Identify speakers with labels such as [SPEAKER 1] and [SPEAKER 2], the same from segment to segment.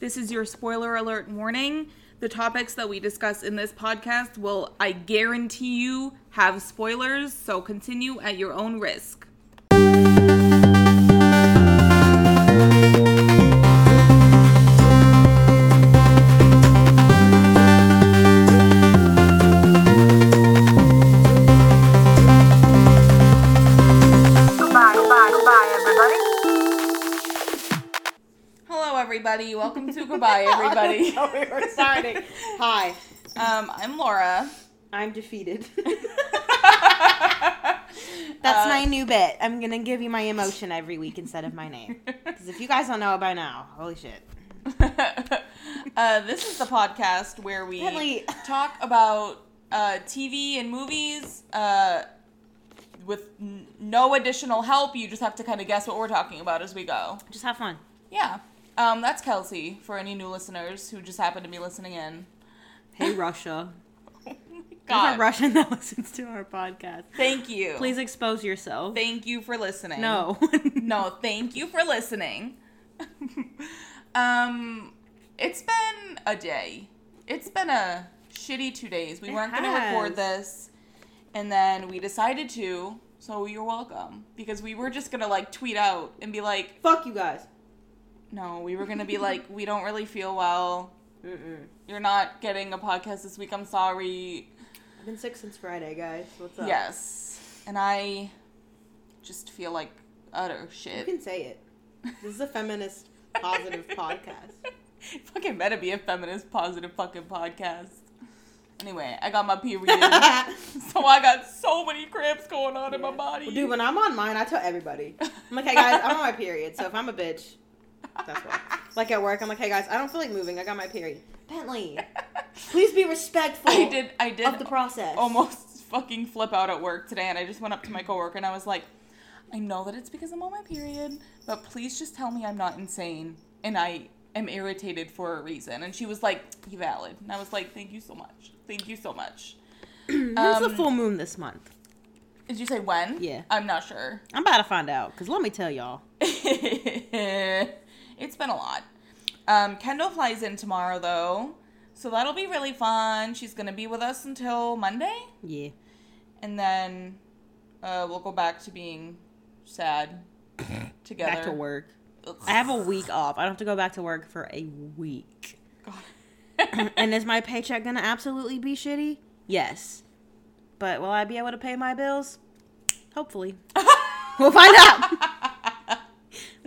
[SPEAKER 1] This is your spoiler alert warning. The topics that we discuss in this podcast will, I guarantee you, have spoilers, so continue at your own risk.
[SPEAKER 2] Goodbye, goodbye, goodbye, everybody.
[SPEAKER 1] Hello, everybody. Welcome to Goodbye, everybody.
[SPEAKER 3] Oh, we were starting. Hi,
[SPEAKER 1] Um, I'm Laura.
[SPEAKER 3] I'm defeated. That's
[SPEAKER 1] That's
[SPEAKER 3] my new bit. I'm gonna give you my emotion every week instead of my name. Because if you guys don't know it by now, holy shit.
[SPEAKER 1] uh, this is the podcast where we
[SPEAKER 3] Really?
[SPEAKER 1] talk about uh, TV and movies uh, with n- no additional help. You just have to kind of guess what we're talking about as we go.
[SPEAKER 3] Just have fun.
[SPEAKER 1] Yeah. Um, that's Kelsey for any new listeners who just happen to be listening in.
[SPEAKER 3] Hey Russia. There's a
[SPEAKER 1] God,
[SPEAKER 3] Russian that listens to our podcast.
[SPEAKER 1] thank you.
[SPEAKER 3] Please expose yourself.
[SPEAKER 1] Thank you for listening.
[SPEAKER 3] no.
[SPEAKER 1] No, thank you for listening. um, it's been a day. It's been a shitty two days. We
[SPEAKER 3] It
[SPEAKER 1] weren't going to
[SPEAKER 3] has.
[SPEAKER 1] record this, and then we decided to. So you're welcome because we were just going to like tweet out and be like,
[SPEAKER 3] Fuck you guys.
[SPEAKER 1] no, we were going to be like, we don't really feel well.
[SPEAKER 3] Mm-mm.
[SPEAKER 1] You're not getting a podcast this week. I'm sorry.
[SPEAKER 3] I've been sick since Friday, guys. What's
[SPEAKER 1] Yes, and I just feel like utter shit.
[SPEAKER 3] say it. This is a feminist
[SPEAKER 1] fucking better be a feminist positive fucking podcast. Anyway, I got my period, so I got so many cramps going on in my
[SPEAKER 3] Yeah.
[SPEAKER 1] body.
[SPEAKER 3] Well, dude, when I'm on mine, I tell everybody. I'm like, hey guys, I'm on my period, so if I'm a bitch, that's why. Like at work, I'm like, hey guys, I don't feel like moving. I got my period. Bentley, please be respectful
[SPEAKER 1] I did. I did
[SPEAKER 3] of the process.
[SPEAKER 1] almost fucking flip out at work today, and I just went up to my coworker and I was like, "I know that it's because I'm on my period, but please just tell me I'm not insane and I am irritated for a reason." And she was like, "You valid," and I was like, "Thank you so much. Thank you so much."
[SPEAKER 3] When's the
[SPEAKER 1] um,
[SPEAKER 3] full moon this month?
[SPEAKER 1] Did you say when?
[SPEAKER 3] Yeah.
[SPEAKER 1] I'm not sure.
[SPEAKER 3] I'm about to find out, because let me tell y'all.
[SPEAKER 1] it's been a lot. Um, Kendall flies in tomorrow though, so that'll be really fun. She's gonna be with us until Monday,
[SPEAKER 3] Yeah.
[SPEAKER 1] and then uh, we'll go back to being sad together.
[SPEAKER 3] Back to work. I have a week off. I don't have to go back to work for a week.
[SPEAKER 1] God.
[SPEAKER 3] and is my paycheck gonna absolutely be shitty? Yes. But will I be able to pay my bills? Hopefully. we'll find out.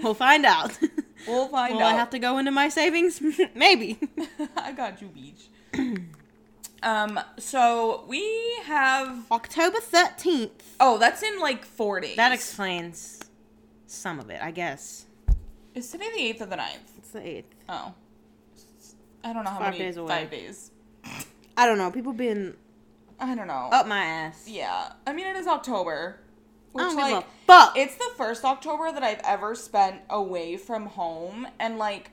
[SPEAKER 3] we'll find out.
[SPEAKER 1] we'll find
[SPEAKER 3] will
[SPEAKER 1] out.
[SPEAKER 3] I have to go into my savings? Maybe.
[SPEAKER 1] I got you, beach. um. So we have.
[SPEAKER 3] October 13th.
[SPEAKER 1] Oh, that's in like four days.
[SPEAKER 3] That explains some of it, I guess.
[SPEAKER 1] is today the eighth or the 9th?
[SPEAKER 3] It's the 8th.
[SPEAKER 1] Oh. I don't know how
[SPEAKER 3] Five
[SPEAKER 1] many
[SPEAKER 3] days away.
[SPEAKER 1] five days.
[SPEAKER 3] I don't know. People been
[SPEAKER 1] I don't know.
[SPEAKER 3] up my ass.
[SPEAKER 1] Yeah. I mean it is October.
[SPEAKER 3] I
[SPEAKER 1] Which
[SPEAKER 3] don't Oh, give
[SPEAKER 1] like
[SPEAKER 3] a fuck.
[SPEAKER 1] it's the first October that I've ever spent away from home and like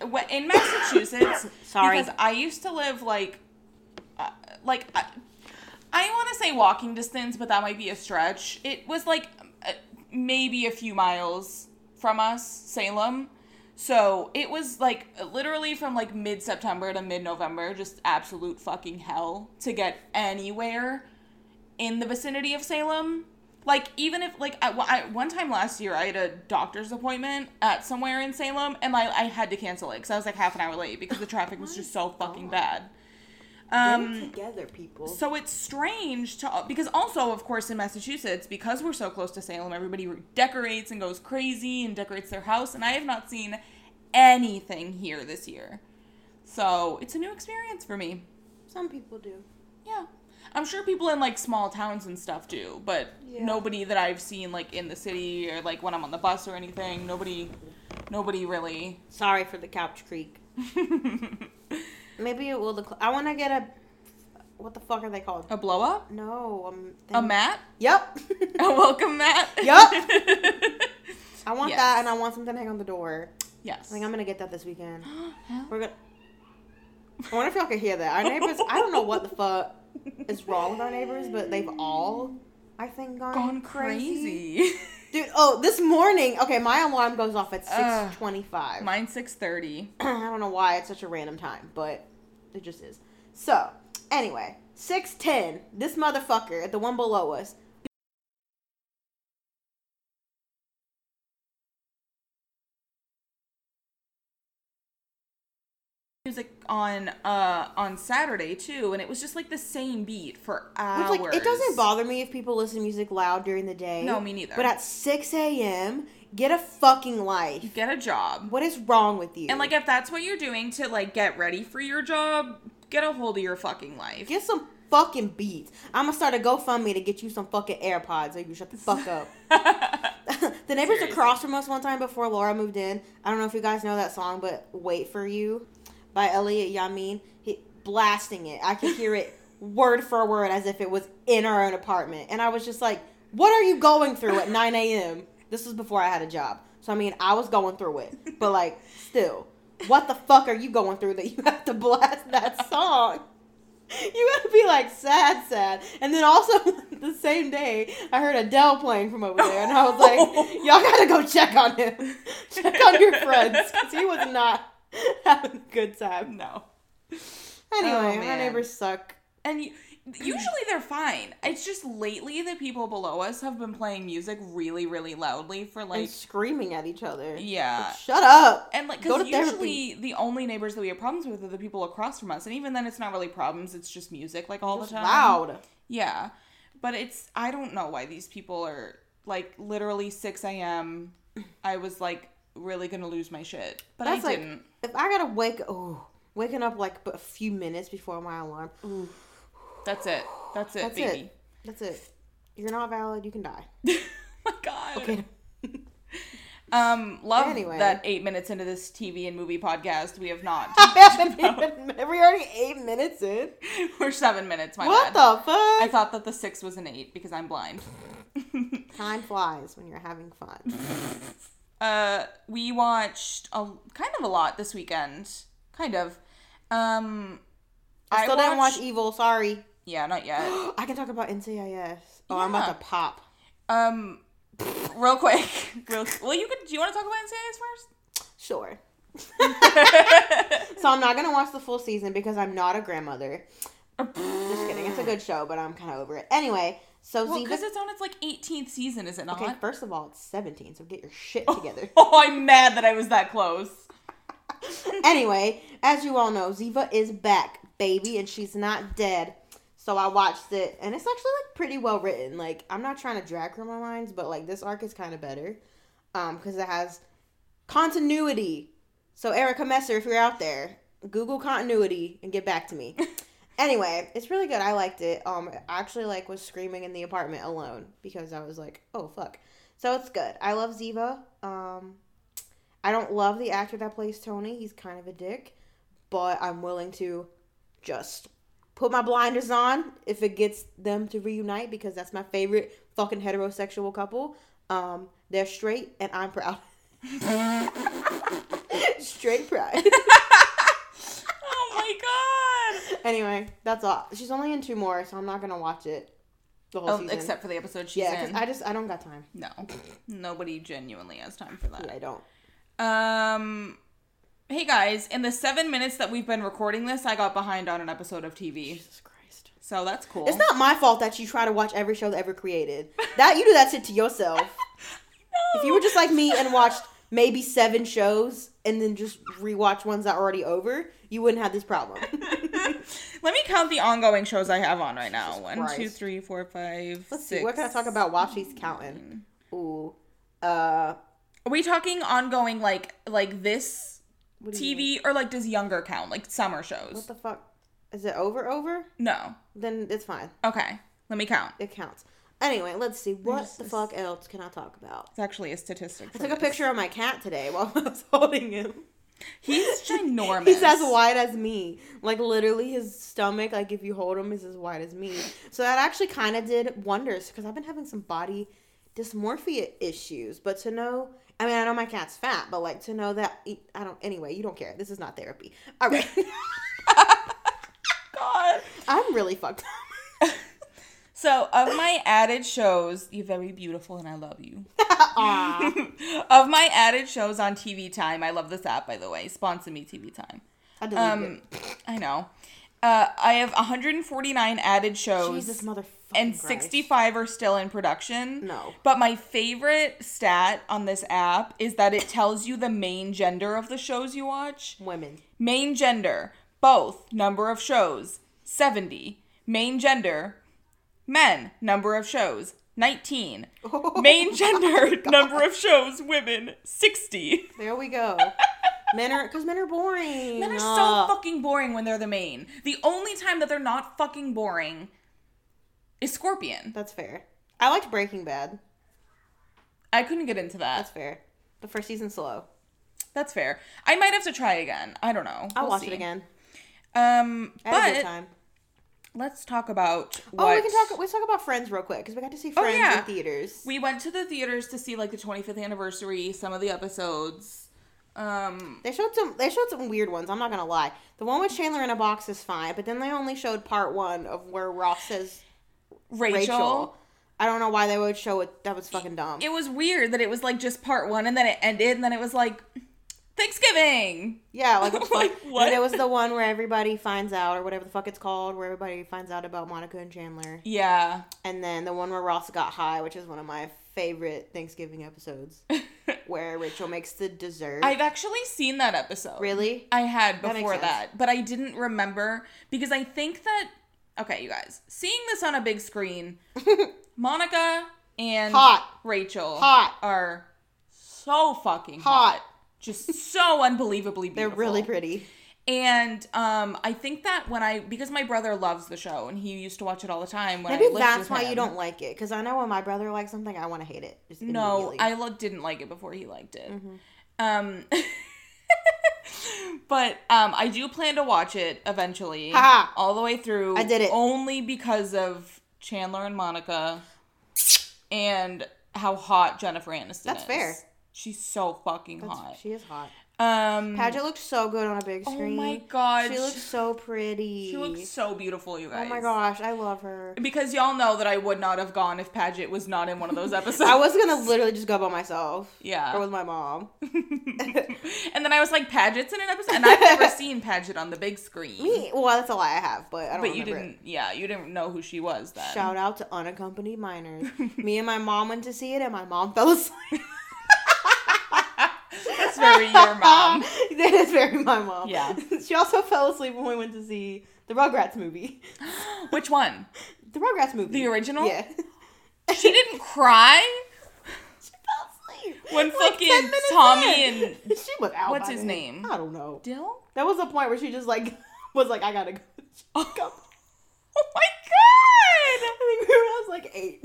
[SPEAKER 1] wh- in Massachusetts
[SPEAKER 3] Sorry.
[SPEAKER 1] because I used to live like uh, like I, I want to say walking distance but that might be a stretch. It was like uh, maybe a few miles from us, Salem. So it was like literally from like mid September to mid November, just absolute fucking hell to get anywhere in the vicinity of Salem. Like even if like at, one- I, one time last year, I had a doctor's appointment at somewhere in Salem, and I, I had to cancel it because I was like half an hour late because the traffic was just so fucking bad. Um,
[SPEAKER 3] together, people.
[SPEAKER 1] so it's strange to because also of course in Massachusetts because we're so close to Salem everybody re- decorates and goes crazy and decorates their house and I have not seen anything here this year. So it's a new experience for me.
[SPEAKER 3] Some people do.
[SPEAKER 1] Yeah. I'm sure people in like small towns and stuff do, but
[SPEAKER 3] Yeah.
[SPEAKER 1] nobody that I've seen like in the city or like when I'm on the bus or anything, nobody nobody really
[SPEAKER 3] Sorry for the couch creak. Maybe it will. Decl- I want to get a. What the fuck are they called?
[SPEAKER 1] a blow up?
[SPEAKER 3] No, um.
[SPEAKER 1] A
[SPEAKER 3] thing-
[SPEAKER 1] mat?
[SPEAKER 3] Yep.
[SPEAKER 1] Welcome mat.
[SPEAKER 3] Yup. I want
[SPEAKER 1] Yes.
[SPEAKER 3] that, and I want something to hang on the door.
[SPEAKER 1] yes.
[SPEAKER 3] Like I'm gonna get that this weekend.
[SPEAKER 1] Hell
[SPEAKER 3] We're gonna. I wonder if y'all can hear that. Our neighbors. I don't know what the fuck is wrong with our neighbors, but they've all, I think, gone,
[SPEAKER 1] gone
[SPEAKER 3] crazy.
[SPEAKER 1] crazy.
[SPEAKER 3] Dude, oh, this morning. Okay, my alarm goes off at
[SPEAKER 1] Ugh.
[SPEAKER 3] 6:25.
[SPEAKER 1] Mine's six thirty.
[SPEAKER 3] I don't know why it's such a random time, but it just is. So, anyway, 6:10, this motherfucker at the one below us.
[SPEAKER 1] Music on uh on Saturday too, and it was just like the same beat for hours.
[SPEAKER 3] Which, like, it doesn't bother me if people listen to music loud during the day.
[SPEAKER 1] No, me neither.
[SPEAKER 3] But at 6 a.m., get a fucking life.
[SPEAKER 1] Get a job.
[SPEAKER 3] What is wrong with you?
[SPEAKER 1] And like if that's what you're doing to like get ready for your job, get a hold of your fucking life.
[SPEAKER 3] get some fucking beats. I'm gonna start a GoFundMe to get you some fucking AirPods, or you shut the fuck up. the neighbors
[SPEAKER 1] Seriously.
[SPEAKER 3] across from us one time before Laura moved in. I don't know if you guys know that song, but "Wait for You" by Elliot Yamin. He blasting it. I could hear it word for word as if it was in our own apartment, and I was just like, "What are you going through at 9 a.m.?" This was before I had a job, so I mean, I was going through it, but like, still, what the fuck are you going through that you have to blast that song? You gotta be like sad, sad. And then also the same day, I heard Adele playing from over there, and I was like, y'all gotta go check on him. Check on your friends, because he was not having a good time.
[SPEAKER 1] no.
[SPEAKER 3] Anyway, my
[SPEAKER 1] Oh, man.
[SPEAKER 3] neighbors suck.
[SPEAKER 1] And you, usually they're fine. It's just lately the people below us have been playing music really, really loudly for
[SPEAKER 3] And
[SPEAKER 1] like
[SPEAKER 3] screaming at each other.
[SPEAKER 1] yeah.
[SPEAKER 3] Like, Shut up.
[SPEAKER 1] And like,
[SPEAKER 3] Go
[SPEAKER 1] because
[SPEAKER 3] to
[SPEAKER 1] usually
[SPEAKER 3] therapy.
[SPEAKER 1] the only neighbors that we have problems with are the people across from us, and even then, it's not really problems. It's just music, like all
[SPEAKER 3] It's
[SPEAKER 1] the time.
[SPEAKER 3] loud.
[SPEAKER 1] Yeah, but it's I don't know why these people are like literally six a.m. I was like really gonna lose my shit, but
[SPEAKER 3] That's
[SPEAKER 1] I
[SPEAKER 3] like-
[SPEAKER 1] didn't.
[SPEAKER 3] If I gotta wake, oh, waking up like a few minutes before my alarm.
[SPEAKER 1] That's it. That's it,
[SPEAKER 3] That's
[SPEAKER 1] baby.
[SPEAKER 3] it. That's it. You're not valid. You can die.
[SPEAKER 1] Oh my God.
[SPEAKER 3] Okay.
[SPEAKER 1] Um, love
[SPEAKER 3] Anyway.
[SPEAKER 1] that eight minutes into this TV and movie podcast, we have not.
[SPEAKER 3] I haven't even. We're already eight minutes in.
[SPEAKER 1] We're seven minutes. My bad.
[SPEAKER 3] What the fuck?
[SPEAKER 1] I thought that the six was an eight because I'm blind.
[SPEAKER 3] Time flies when you're having
[SPEAKER 1] Mm-hmm.
[SPEAKER 3] fun.
[SPEAKER 1] Uh, we watched a kind of a lot this weekend. Kind of. Um,
[SPEAKER 3] I still didn't watch
[SPEAKER 1] watched-
[SPEAKER 3] Evil. Sorry.
[SPEAKER 1] Yeah, not yet.
[SPEAKER 3] I can talk about NCIS. Oh, I'm
[SPEAKER 1] Yeah.
[SPEAKER 3] about to pop.
[SPEAKER 1] Um, real quick, real. Well, you could. Do you want to talk about NCIS first?
[SPEAKER 3] Sure. so I'm not gonna watch the full season because I'm not a grandmother. Just kidding. It's a good show, but I'm kind of over it. Anyway, so
[SPEAKER 1] Well,
[SPEAKER 3] Ziva.
[SPEAKER 1] because it's on its like 18th season, is it not?
[SPEAKER 3] Okay, first of all, it's 17, so get your shit together.
[SPEAKER 1] Oh, I'm mad that I was that close.
[SPEAKER 3] anyway, as you all know, Ziva is back, baby, and she's not dead. So I watched it, and it's actually like pretty well written. Like I'm not trying to drag her my lines, but like this arc is kind of better, um, because it has continuity. So Erica Messer, if you're out there, Google continuity and get back to me. anyway, it's really good. I liked it. Um, I actually like was screaming in the apartment alone because I was like, oh fuck. So it's good. I love Ziva. Um, I don't love the actor that plays Tony. He's kind of a dick, but I'm willing to just put my blinders on if it gets them to reunite because that's my favorite fucking heterosexual couple. Um, they're straight and I'm proud. straight pride.
[SPEAKER 1] Oh my god.
[SPEAKER 3] anyway, that's all. She's only in two more, so I'm not gonna watch it the whole
[SPEAKER 1] Oh,
[SPEAKER 3] season.
[SPEAKER 1] except for the episode she's
[SPEAKER 3] yeah,
[SPEAKER 1] in.
[SPEAKER 3] because I just I don't got time.
[SPEAKER 1] No, nobody genuinely has time for that.
[SPEAKER 3] Yeah, I don't.
[SPEAKER 1] Um, hey guys, in the seven minutes that we've been recording this, I got behind on an episode of TV,
[SPEAKER 3] Jesus Christ.
[SPEAKER 1] so that's cool.
[SPEAKER 3] It's not my fault that you try to watch every show that ever created. That you do that shit to yourself. If you were just like me and watched maybe seven shows and then just rewatch ones that are already over, you wouldn't have this problem.
[SPEAKER 1] Let me count the ongoing shows I have on right now. One, two,
[SPEAKER 3] Christ.
[SPEAKER 1] three, four, five,
[SPEAKER 3] Let's see,
[SPEAKER 1] six. Hmm.
[SPEAKER 3] what can I talk about while she's counting? Ooh. Uh
[SPEAKER 1] Are we talking ongoing like like this
[SPEAKER 3] what do you mean?
[SPEAKER 1] TV or like does younger count like summer shows?
[SPEAKER 3] What the fuck? Is it over over?
[SPEAKER 1] no.
[SPEAKER 3] Then it's fine.
[SPEAKER 1] Okay, let me count.
[SPEAKER 3] It counts. Anyway, let's see. What
[SPEAKER 1] There's
[SPEAKER 3] the
[SPEAKER 1] this-
[SPEAKER 3] fuck else can I talk about?
[SPEAKER 1] It's actually a statistic.
[SPEAKER 3] I
[SPEAKER 1] for
[SPEAKER 3] took a
[SPEAKER 1] this.
[SPEAKER 3] picture of my cat today while I was holding him.
[SPEAKER 1] He's ginormous.
[SPEAKER 3] He's as wide as me. Like literally, his stomach, like if you hold him, is as wide as me. So that actually kind of did wonders because I've been having some body dysmorphia issues. But to know, I mean, I know my cat's fat, but like to know that e, I don't. Anyway, you don't care. This is not therapy. All right,
[SPEAKER 1] God.
[SPEAKER 3] I'm really fucked up.
[SPEAKER 1] So, of my added shows, you're very beautiful and I love you.
[SPEAKER 3] Aw.
[SPEAKER 1] of my added shows on TV Time, I love this app by the way. Sponsor me TV Time.
[SPEAKER 3] I deleted
[SPEAKER 1] Um I know. Uh, I have 149 added
[SPEAKER 3] it.
[SPEAKER 1] shows.
[SPEAKER 3] Jesus motherfucking
[SPEAKER 1] and
[SPEAKER 3] Christ.
[SPEAKER 1] 65 are still in production.
[SPEAKER 3] No.
[SPEAKER 1] But my favorite stat on this app is that it tells you the main gender of the shows you watch.
[SPEAKER 3] women.
[SPEAKER 1] Main gender, both number of shows, 70. Main gender, men, number of shows, 19. Main
[SPEAKER 3] Oh
[SPEAKER 1] gender, number of shows, women, 60.
[SPEAKER 3] There we go. men are because men are boring.
[SPEAKER 1] Men are
[SPEAKER 3] Ugh.
[SPEAKER 1] so fucking boring when they're the main. The only time that they're not fucking boring is Scorpion.
[SPEAKER 3] That's fair. I liked Breaking Bad.
[SPEAKER 1] I couldn't get into that.
[SPEAKER 3] That's fair. The first season's slow.
[SPEAKER 1] That's fair. I might have to try again. I don't know.
[SPEAKER 3] I'll
[SPEAKER 1] We'll
[SPEAKER 3] watch
[SPEAKER 1] see.
[SPEAKER 3] it again.
[SPEAKER 1] Um,
[SPEAKER 3] I had a good
[SPEAKER 1] but
[SPEAKER 3] time.
[SPEAKER 1] let's talk about what Oh,
[SPEAKER 3] Oh, we can talk. Let's talk about Friends real quick because we got to see Friends
[SPEAKER 1] yeah.
[SPEAKER 3] in theaters.
[SPEAKER 1] We went to the theaters to see like the 25th anniversary, some of the episodes. Um,
[SPEAKER 3] they showed some. They showed some weird ones. I'm not gonna lie. The one with Chandler in a box is fine, but then they only showed part one of where Ross says
[SPEAKER 1] Rachel.
[SPEAKER 3] Rachel. I don't know why they would show it. That was fucking dumb.
[SPEAKER 1] It was weird that it was like just part one, and then it ended, and then it was like Thanksgiving.
[SPEAKER 3] yeah, like, what the
[SPEAKER 1] Like,
[SPEAKER 3] fuck?
[SPEAKER 1] what?
[SPEAKER 3] And it was the one where everybody finds out, or whatever the fuck it's called, where everybody finds out about Monica and Chandler.
[SPEAKER 1] Yeah.
[SPEAKER 3] And then the one where Ross got high, which is one of my favorite Thanksgiving episodes, where Rachel makes the dessert.
[SPEAKER 1] I've actually seen that episode.
[SPEAKER 3] Really?
[SPEAKER 1] I had
[SPEAKER 3] That makes
[SPEAKER 1] before that,
[SPEAKER 3] sense.
[SPEAKER 1] but I didn't remember because I think that okay, you guys, seeing this on a big screen, Monica and
[SPEAKER 3] Hot.
[SPEAKER 1] Rachel
[SPEAKER 3] Hot.
[SPEAKER 1] are so fucking hot.
[SPEAKER 3] Hot.
[SPEAKER 1] Just so unbelievably
[SPEAKER 3] They're
[SPEAKER 1] beautiful.
[SPEAKER 3] really pretty.
[SPEAKER 1] And um, I think that when I because my brother loves the show and he used to watch it all the time when I
[SPEAKER 3] Maybe
[SPEAKER 1] lived
[SPEAKER 3] that's
[SPEAKER 1] with
[SPEAKER 3] why you
[SPEAKER 1] him.
[SPEAKER 3] don't like it. Because I know when my brother likes something, I want to hate it. Just
[SPEAKER 1] No,
[SPEAKER 3] immediately. Mm-hmm.
[SPEAKER 1] I lo- didn't like it before he liked it. Um, but um, I do plan to watch it eventually,
[SPEAKER 3] Ha!
[SPEAKER 1] all the way through.
[SPEAKER 3] I did it.
[SPEAKER 1] only because of Chandler and Monica, and how hot Jennifer Aniston
[SPEAKER 3] That's
[SPEAKER 1] is.
[SPEAKER 3] fair.
[SPEAKER 1] She's so fucking
[SPEAKER 3] That's-
[SPEAKER 1] hot.
[SPEAKER 3] She is hot.
[SPEAKER 1] um,
[SPEAKER 3] Paget looked so good on a big
[SPEAKER 1] oh
[SPEAKER 3] screen.
[SPEAKER 1] my god,
[SPEAKER 3] She looks so pretty.
[SPEAKER 1] she looks so beautiful, you guys.
[SPEAKER 3] Oh my gosh, I love her.
[SPEAKER 1] Because y'all know that I would not have gone if Paget was not in one of those episodes.
[SPEAKER 3] I was gonna literally just go by myself
[SPEAKER 1] yeah.
[SPEAKER 3] or with my mom.
[SPEAKER 1] and then I was like, Paget's in an episode, and I've never seen Paget on the big screen.
[SPEAKER 3] Me? Well, that's a lie I have, but I don't.
[SPEAKER 1] but you
[SPEAKER 3] remember it.
[SPEAKER 1] didn't. Yeah, you didn't know who she was then.
[SPEAKER 3] Shout out to unaccompanied minors. Me and my mom went to see it, and my mom fell asleep.
[SPEAKER 1] That's very your mom.
[SPEAKER 3] that is very my mom.
[SPEAKER 1] Yeah.
[SPEAKER 3] she also fell asleep when we went to see the Rugrats movie.
[SPEAKER 1] Which one?
[SPEAKER 3] The Rugrats movie.
[SPEAKER 1] The original?
[SPEAKER 3] Yeah. she
[SPEAKER 1] She didn't cry
[SPEAKER 3] fell asleep.
[SPEAKER 1] when
[SPEAKER 3] Like, 10
[SPEAKER 1] fucking
[SPEAKER 3] minutes
[SPEAKER 1] Tommy
[SPEAKER 3] in.
[SPEAKER 1] and
[SPEAKER 3] she was out.
[SPEAKER 1] what's
[SPEAKER 3] by
[SPEAKER 1] his
[SPEAKER 3] then.
[SPEAKER 1] name?
[SPEAKER 3] I don't know.
[SPEAKER 1] Dill.
[SPEAKER 3] That was the point where she just like was like, I gotta go.
[SPEAKER 1] Oh
[SPEAKER 3] Go.
[SPEAKER 1] my Oh god!
[SPEAKER 3] I think we were, I was like eight.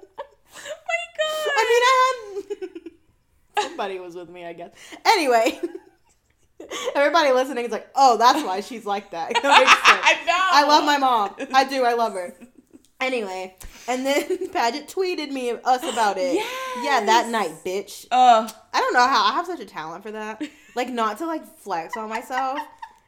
[SPEAKER 1] Oh my god!
[SPEAKER 3] I mean, I had somebody was with me, I guess. Anyway, everybody listening is like, "Oh, that's why she's like that." That makes sense.
[SPEAKER 1] I know.
[SPEAKER 3] I love my mom. I do. I love her. Anyway, and then Paget tweeted me us about it. Yeah, that
[SPEAKER 1] Yes.
[SPEAKER 3] night, bitch.
[SPEAKER 1] Uh,
[SPEAKER 3] I don't know how I have such a talent for that. Like not to like flex on myself.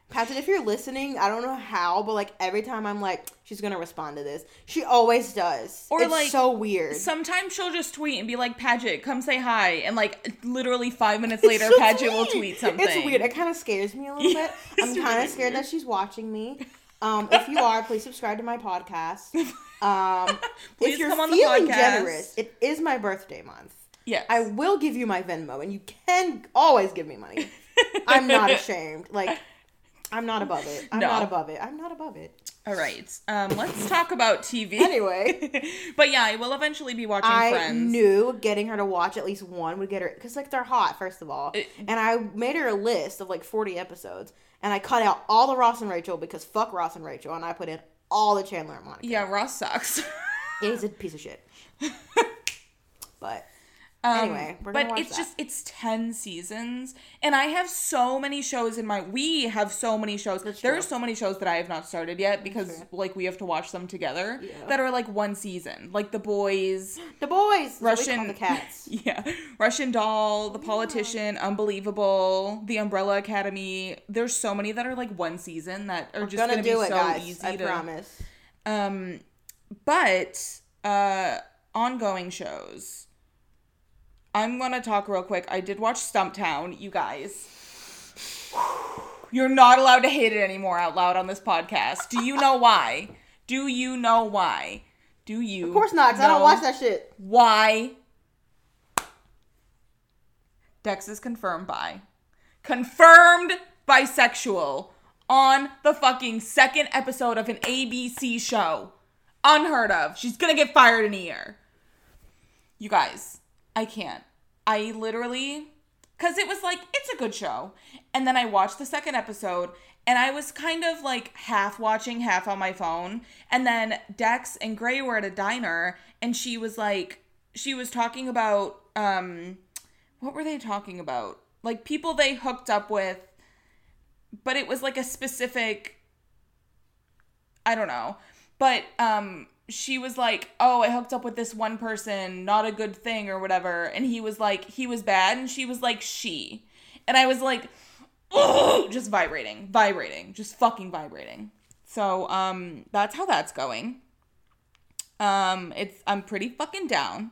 [SPEAKER 3] Paget, if you're listening, I don't know how, but like every time I'm like, she's gonna respond to this. She always does.
[SPEAKER 1] Or,
[SPEAKER 3] Or it's
[SPEAKER 1] like,
[SPEAKER 3] so weird.
[SPEAKER 1] sometimes she'll just tweet and be like, "Paget, come say hi," and like literally five minutes later,
[SPEAKER 3] It's
[SPEAKER 1] Paget
[SPEAKER 3] just
[SPEAKER 1] will
[SPEAKER 3] weird.
[SPEAKER 1] tweet something.
[SPEAKER 3] It's weird. It kind of scares me a little
[SPEAKER 1] Yeah,
[SPEAKER 3] bit.
[SPEAKER 1] it's
[SPEAKER 3] I'm kind
[SPEAKER 1] really
[SPEAKER 3] of scared
[SPEAKER 1] weird.
[SPEAKER 3] that she's watching me. Um, if you are, please subscribe to my podcast. Um,
[SPEAKER 1] Please
[SPEAKER 3] if you're
[SPEAKER 1] come on the podcast.
[SPEAKER 3] feeling generous, it is my birthday month.
[SPEAKER 1] Yes.
[SPEAKER 3] I will give you my Venmo, and you can always give me money. I'm not ashamed. Like, I'm not above it. I'm
[SPEAKER 1] No.
[SPEAKER 3] not above it. I'm not above it.
[SPEAKER 1] All right. Um, let's talk about TV.
[SPEAKER 3] Anyway,
[SPEAKER 1] but yeah, I will eventually be watching
[SPEAKER 3] I
[SPEAKER 1] Friends.
[SPEAKER 3] knew getting her to watch at least one would get her because like they're hot first of all,
[SPEAKER 1] It-
[SPEAKER 3] and I made her a list of like forty episodes, and I cut out all the Ross and Rachel because fuck Ross and Rachel, and I put in all the Chandler and Monica.
[SPEAKER 1] yeah, Ross sucks.
[SPEAKER 3] Yeah, he's a piece of shit. but
[SPEAKER 1] Um,
[SPEAKER 3] Anyway, we're
[SPEAKER 1] but
[SPEAKER 3] gonna watch
[SPEAKER 1] it's
[SPEAKER 3] that.
[SPEAKER 1] just it's ten seasons, and I have so many shows in my. We have so many shows. there are
[SPEAKER 3] true.
[SPEAKER 1] so many shows that I have not started yet because like we have to watch them together
[SPEAKER 3] Yeah.
[SPEAKER 1] that are like one season, like The Boys,
[SPEAKER 3] the boys, is what we call
[SPEAKER 1] Russian
[SPEAKER 3] the cats.
[SPEAKER 1] yeah, Russian Doll, The Politician, Unbelievable, The Umbrella Academy. There's so many that are like one season that are just
[SPEAKER 3] gonna,
[SPEAKER 1] gonna,
[SPEAKER 3] do
[SPEAKER 1] be
[SPEAKER 3] it,
[SPEAKER 1] so
[SPEAKER 3] guys.
[SPEAKER 1] easy
[SPEAKER 3] I
[SPEAKER 1] to.
[SPEAKER 3] promise.
[SPEAKER 1] Um, But uh ongoing shows. I'm gonna talk real quick. I did watch Stumptown, you guys. You're not allowed to hate it anymore out loud on this podcast. Do you know why? Do you know why? Do you?
[SPEAKER 3] Of course not, 'cause I don't
[SPEAKER 1] know
[SPEAKER 3] watch that shit.
[SPEAKER 1] Why? Dex is confirmed by. Confirmed bisexual on the fucking second episode of an ABC show. Unheard of. She's gonna get fired in a year. You guys, I can't. I literally, because it was like, it's a good show. And then I watched the second episode and I was kind of like half watching, half on my phone. And then Dex and Gray were at a diner and she was like, she was talking about, um, what were they talking about? Like people they hooked up with, but it was like a specific I don't know. But um she was like, "Oh, I hooked up with this one person, not a good thing or whatever." And he was like, "He was bad." And she was like, "She." And I was like, "Ugh," just vibrating, vibrating, just fucking vibrating. So, um that's how that's going. Um it's I'm pretty fucking down.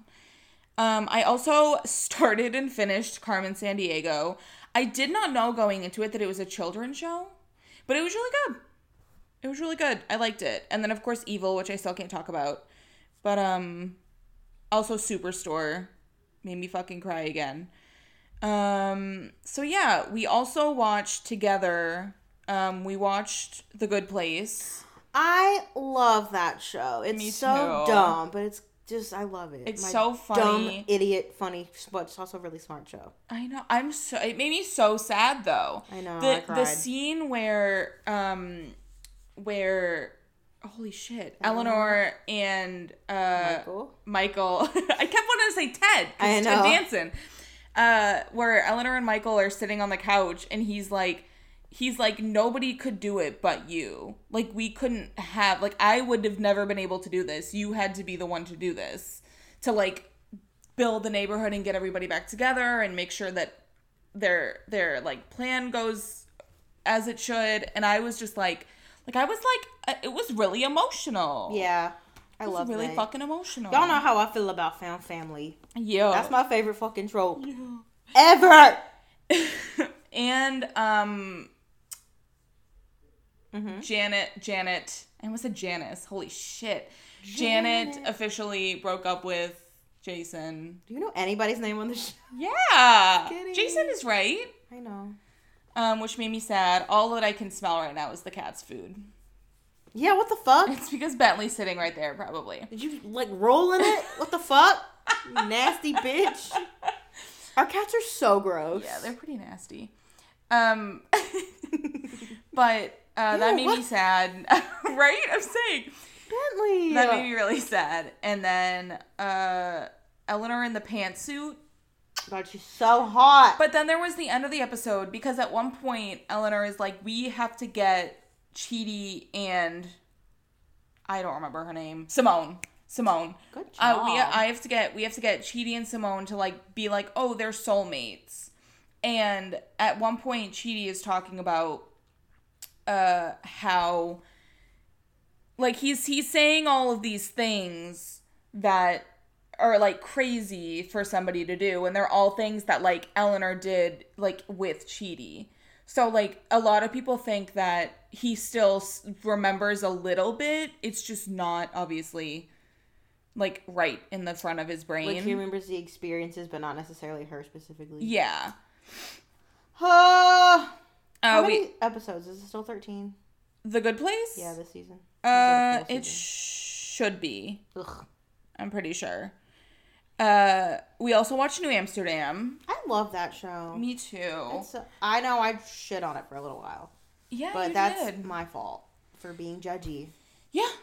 [SPEAKER 1] Um, I also started and finished Carmen San Diego. I did not know going into it that it was a children's show, but it was really good. It was really good. I liked it. And then of course Evil, which I still can't talk about. But um also Superstore made me fucking cry again. Um so yeah, we also watched together um we watched The Good Place.
[SPEAKER 3] I love that show. It's
[SPEAKER 1] Me
[SPEAKER 3] so
[SPEAKER 1] too.
[SPEAKER 3] dumb, but it's just I love it.
[SPEAKER 1] It's so
[SPEAKER 3] Dumb,
[SPEAKER 1] funny.
[SPEAKER 3] idiot, funny, but it's also a really smart show.
[SPEAKER 1] I know. I'm so. It made me so sad though.
[SPEAKER 3] I know,
[SPEAKER 1] The
[SPEAKER 3] I
[SPEAKER 1] the
[SPEAKER 3] cried.
[SPEAKER 1] scene where um, where, holy shit, Eleanor and
[SPEAKER 3] Oh
[SPEAKER 1] uh
[SPEAKER 3] Michael?
[SPEAKER 1] Michael. I kept wanting to say Ted. 'cause
[SPEAKER 3] I
[SPEAKER 1] it's
[SPEAKER 3] know.
[SPEAKER 1] Ted Danson. Uh, where Eleanor and Michael are sitting on the couch, and he's like, he's like, nobody could do it but you. Like we couldn't have. Like I would have never been able to do this. You had to be the one to do this. To like build the neighborhood and get everybody back together and make sure that their their like plan goes as it should and i was just like like i was like uh, it was really emotional
[SPEAKER 3] Yeah, I
[SPEAKER 1] it was
[SPEAKER 3] love
[SPEAKER 1] really
[SPEAKER 3] that.
[SPEAKER 1] fucking emotional
[SPEAKER 3] Y'all know how I feel about found family.
[SPEAKER 1] yeah
[SPEAKER 3] That's my favorite fucking trope ever.
[SPEAKER 1] and um
[SPEAKER 3] Mm-hmm.
[SPEAKER 1] janet janet i almost said janice holy shit janet officially broke up with jason
[SPEAKER 3] Do you know anybody's name on the show?
[SPEAKER 1] yeah
[SPEAKER 3] kidding.
[SPEAKER 1] jason is right
[SPEAKER 3] I know.
[SPEAKER 1] um, which made me sad. All that I can smell right now is the cat's food.
[SPEAKER 3] Yeah, what the fuck?
[SPEAKER 1] It's because Bentley's sitting right there, probably.
[SPEAKER 3] Did you like roll in it? What the fuck? You Nasty bitch. Our cats are so gross.
[SPEAKER 1] Yeah, they're pretty nasty. Um, but uh, that
[SPEAKER 3] Ew,
[SPEAKER 1] made me
[SPEAKER 3] what?
[SPEAKER 1] sad, right? I'm saying
[SPEAKER 3] Bentley.
[SPEAKER 1] that made me really sad. And then uh, Eleanor in the pantsuit.
[SPEAKER 3] God, she's so hot.
[SPEAKER 1] But then there was the end of the episode because at one point Eleanor is like, "We have to get Cheaty and I don't remember her name, Simone." Simone.
[SPEAKER 3] Good
[SPEAKER 1] Uh, we
[SPEAKER 3] job.
[SPEAKER 1] I have to get we have to get Chidi and Simone to like be like, oh, they're soulmates. And at one point, Chidi is talking about uh how like he's he's saying all of these things that are like crazy for somebody to do, and they're all things that like Eleanor did like with Chidi. So like a lot of people think that he still s- remembers a little bit. It's just not obviously like right in the front of his brain.
[SPEAKER 3] Like he remembers the experiences, but not necessarily her specifically.
[SPEAKER 1] yeah.
[SPEAKER 3] Uh,
[SPEAKER 1] Uh,
[SPEAKER 3] how many
[SPEAKER 1] we
[SPEAKER 3] episodes? Is it still thirteen?
[SPEAKER 1] the good place.
[SPEAKER 3] Yeah, this season.
[SPEAKER 1] Uh,
[SPEAKER 3] This
[SPEAKER 1] it
[SPEAKER 3] is
[SPEAKER 1] should be.
[SPEAKER 3] the full season. Ugh.
[SPEAKER 1] I'm pretty sure. Uh, we also watched New Amsterdam.
[SPEAKER 3] I love that show.
[SPEAKER 1] Me too.
[SPEAKER 3] It's, uh, I know I shit on it for a little while,
[SPEAKER 1] yeah,
[SPEAKER 3] but
[SPEAKER 1] you
[SPEAKER 3] that's
[SPEAKER 1] did.
[SPEAKER 3] my fault for being judgy.
[SPEAKER 1] yeah.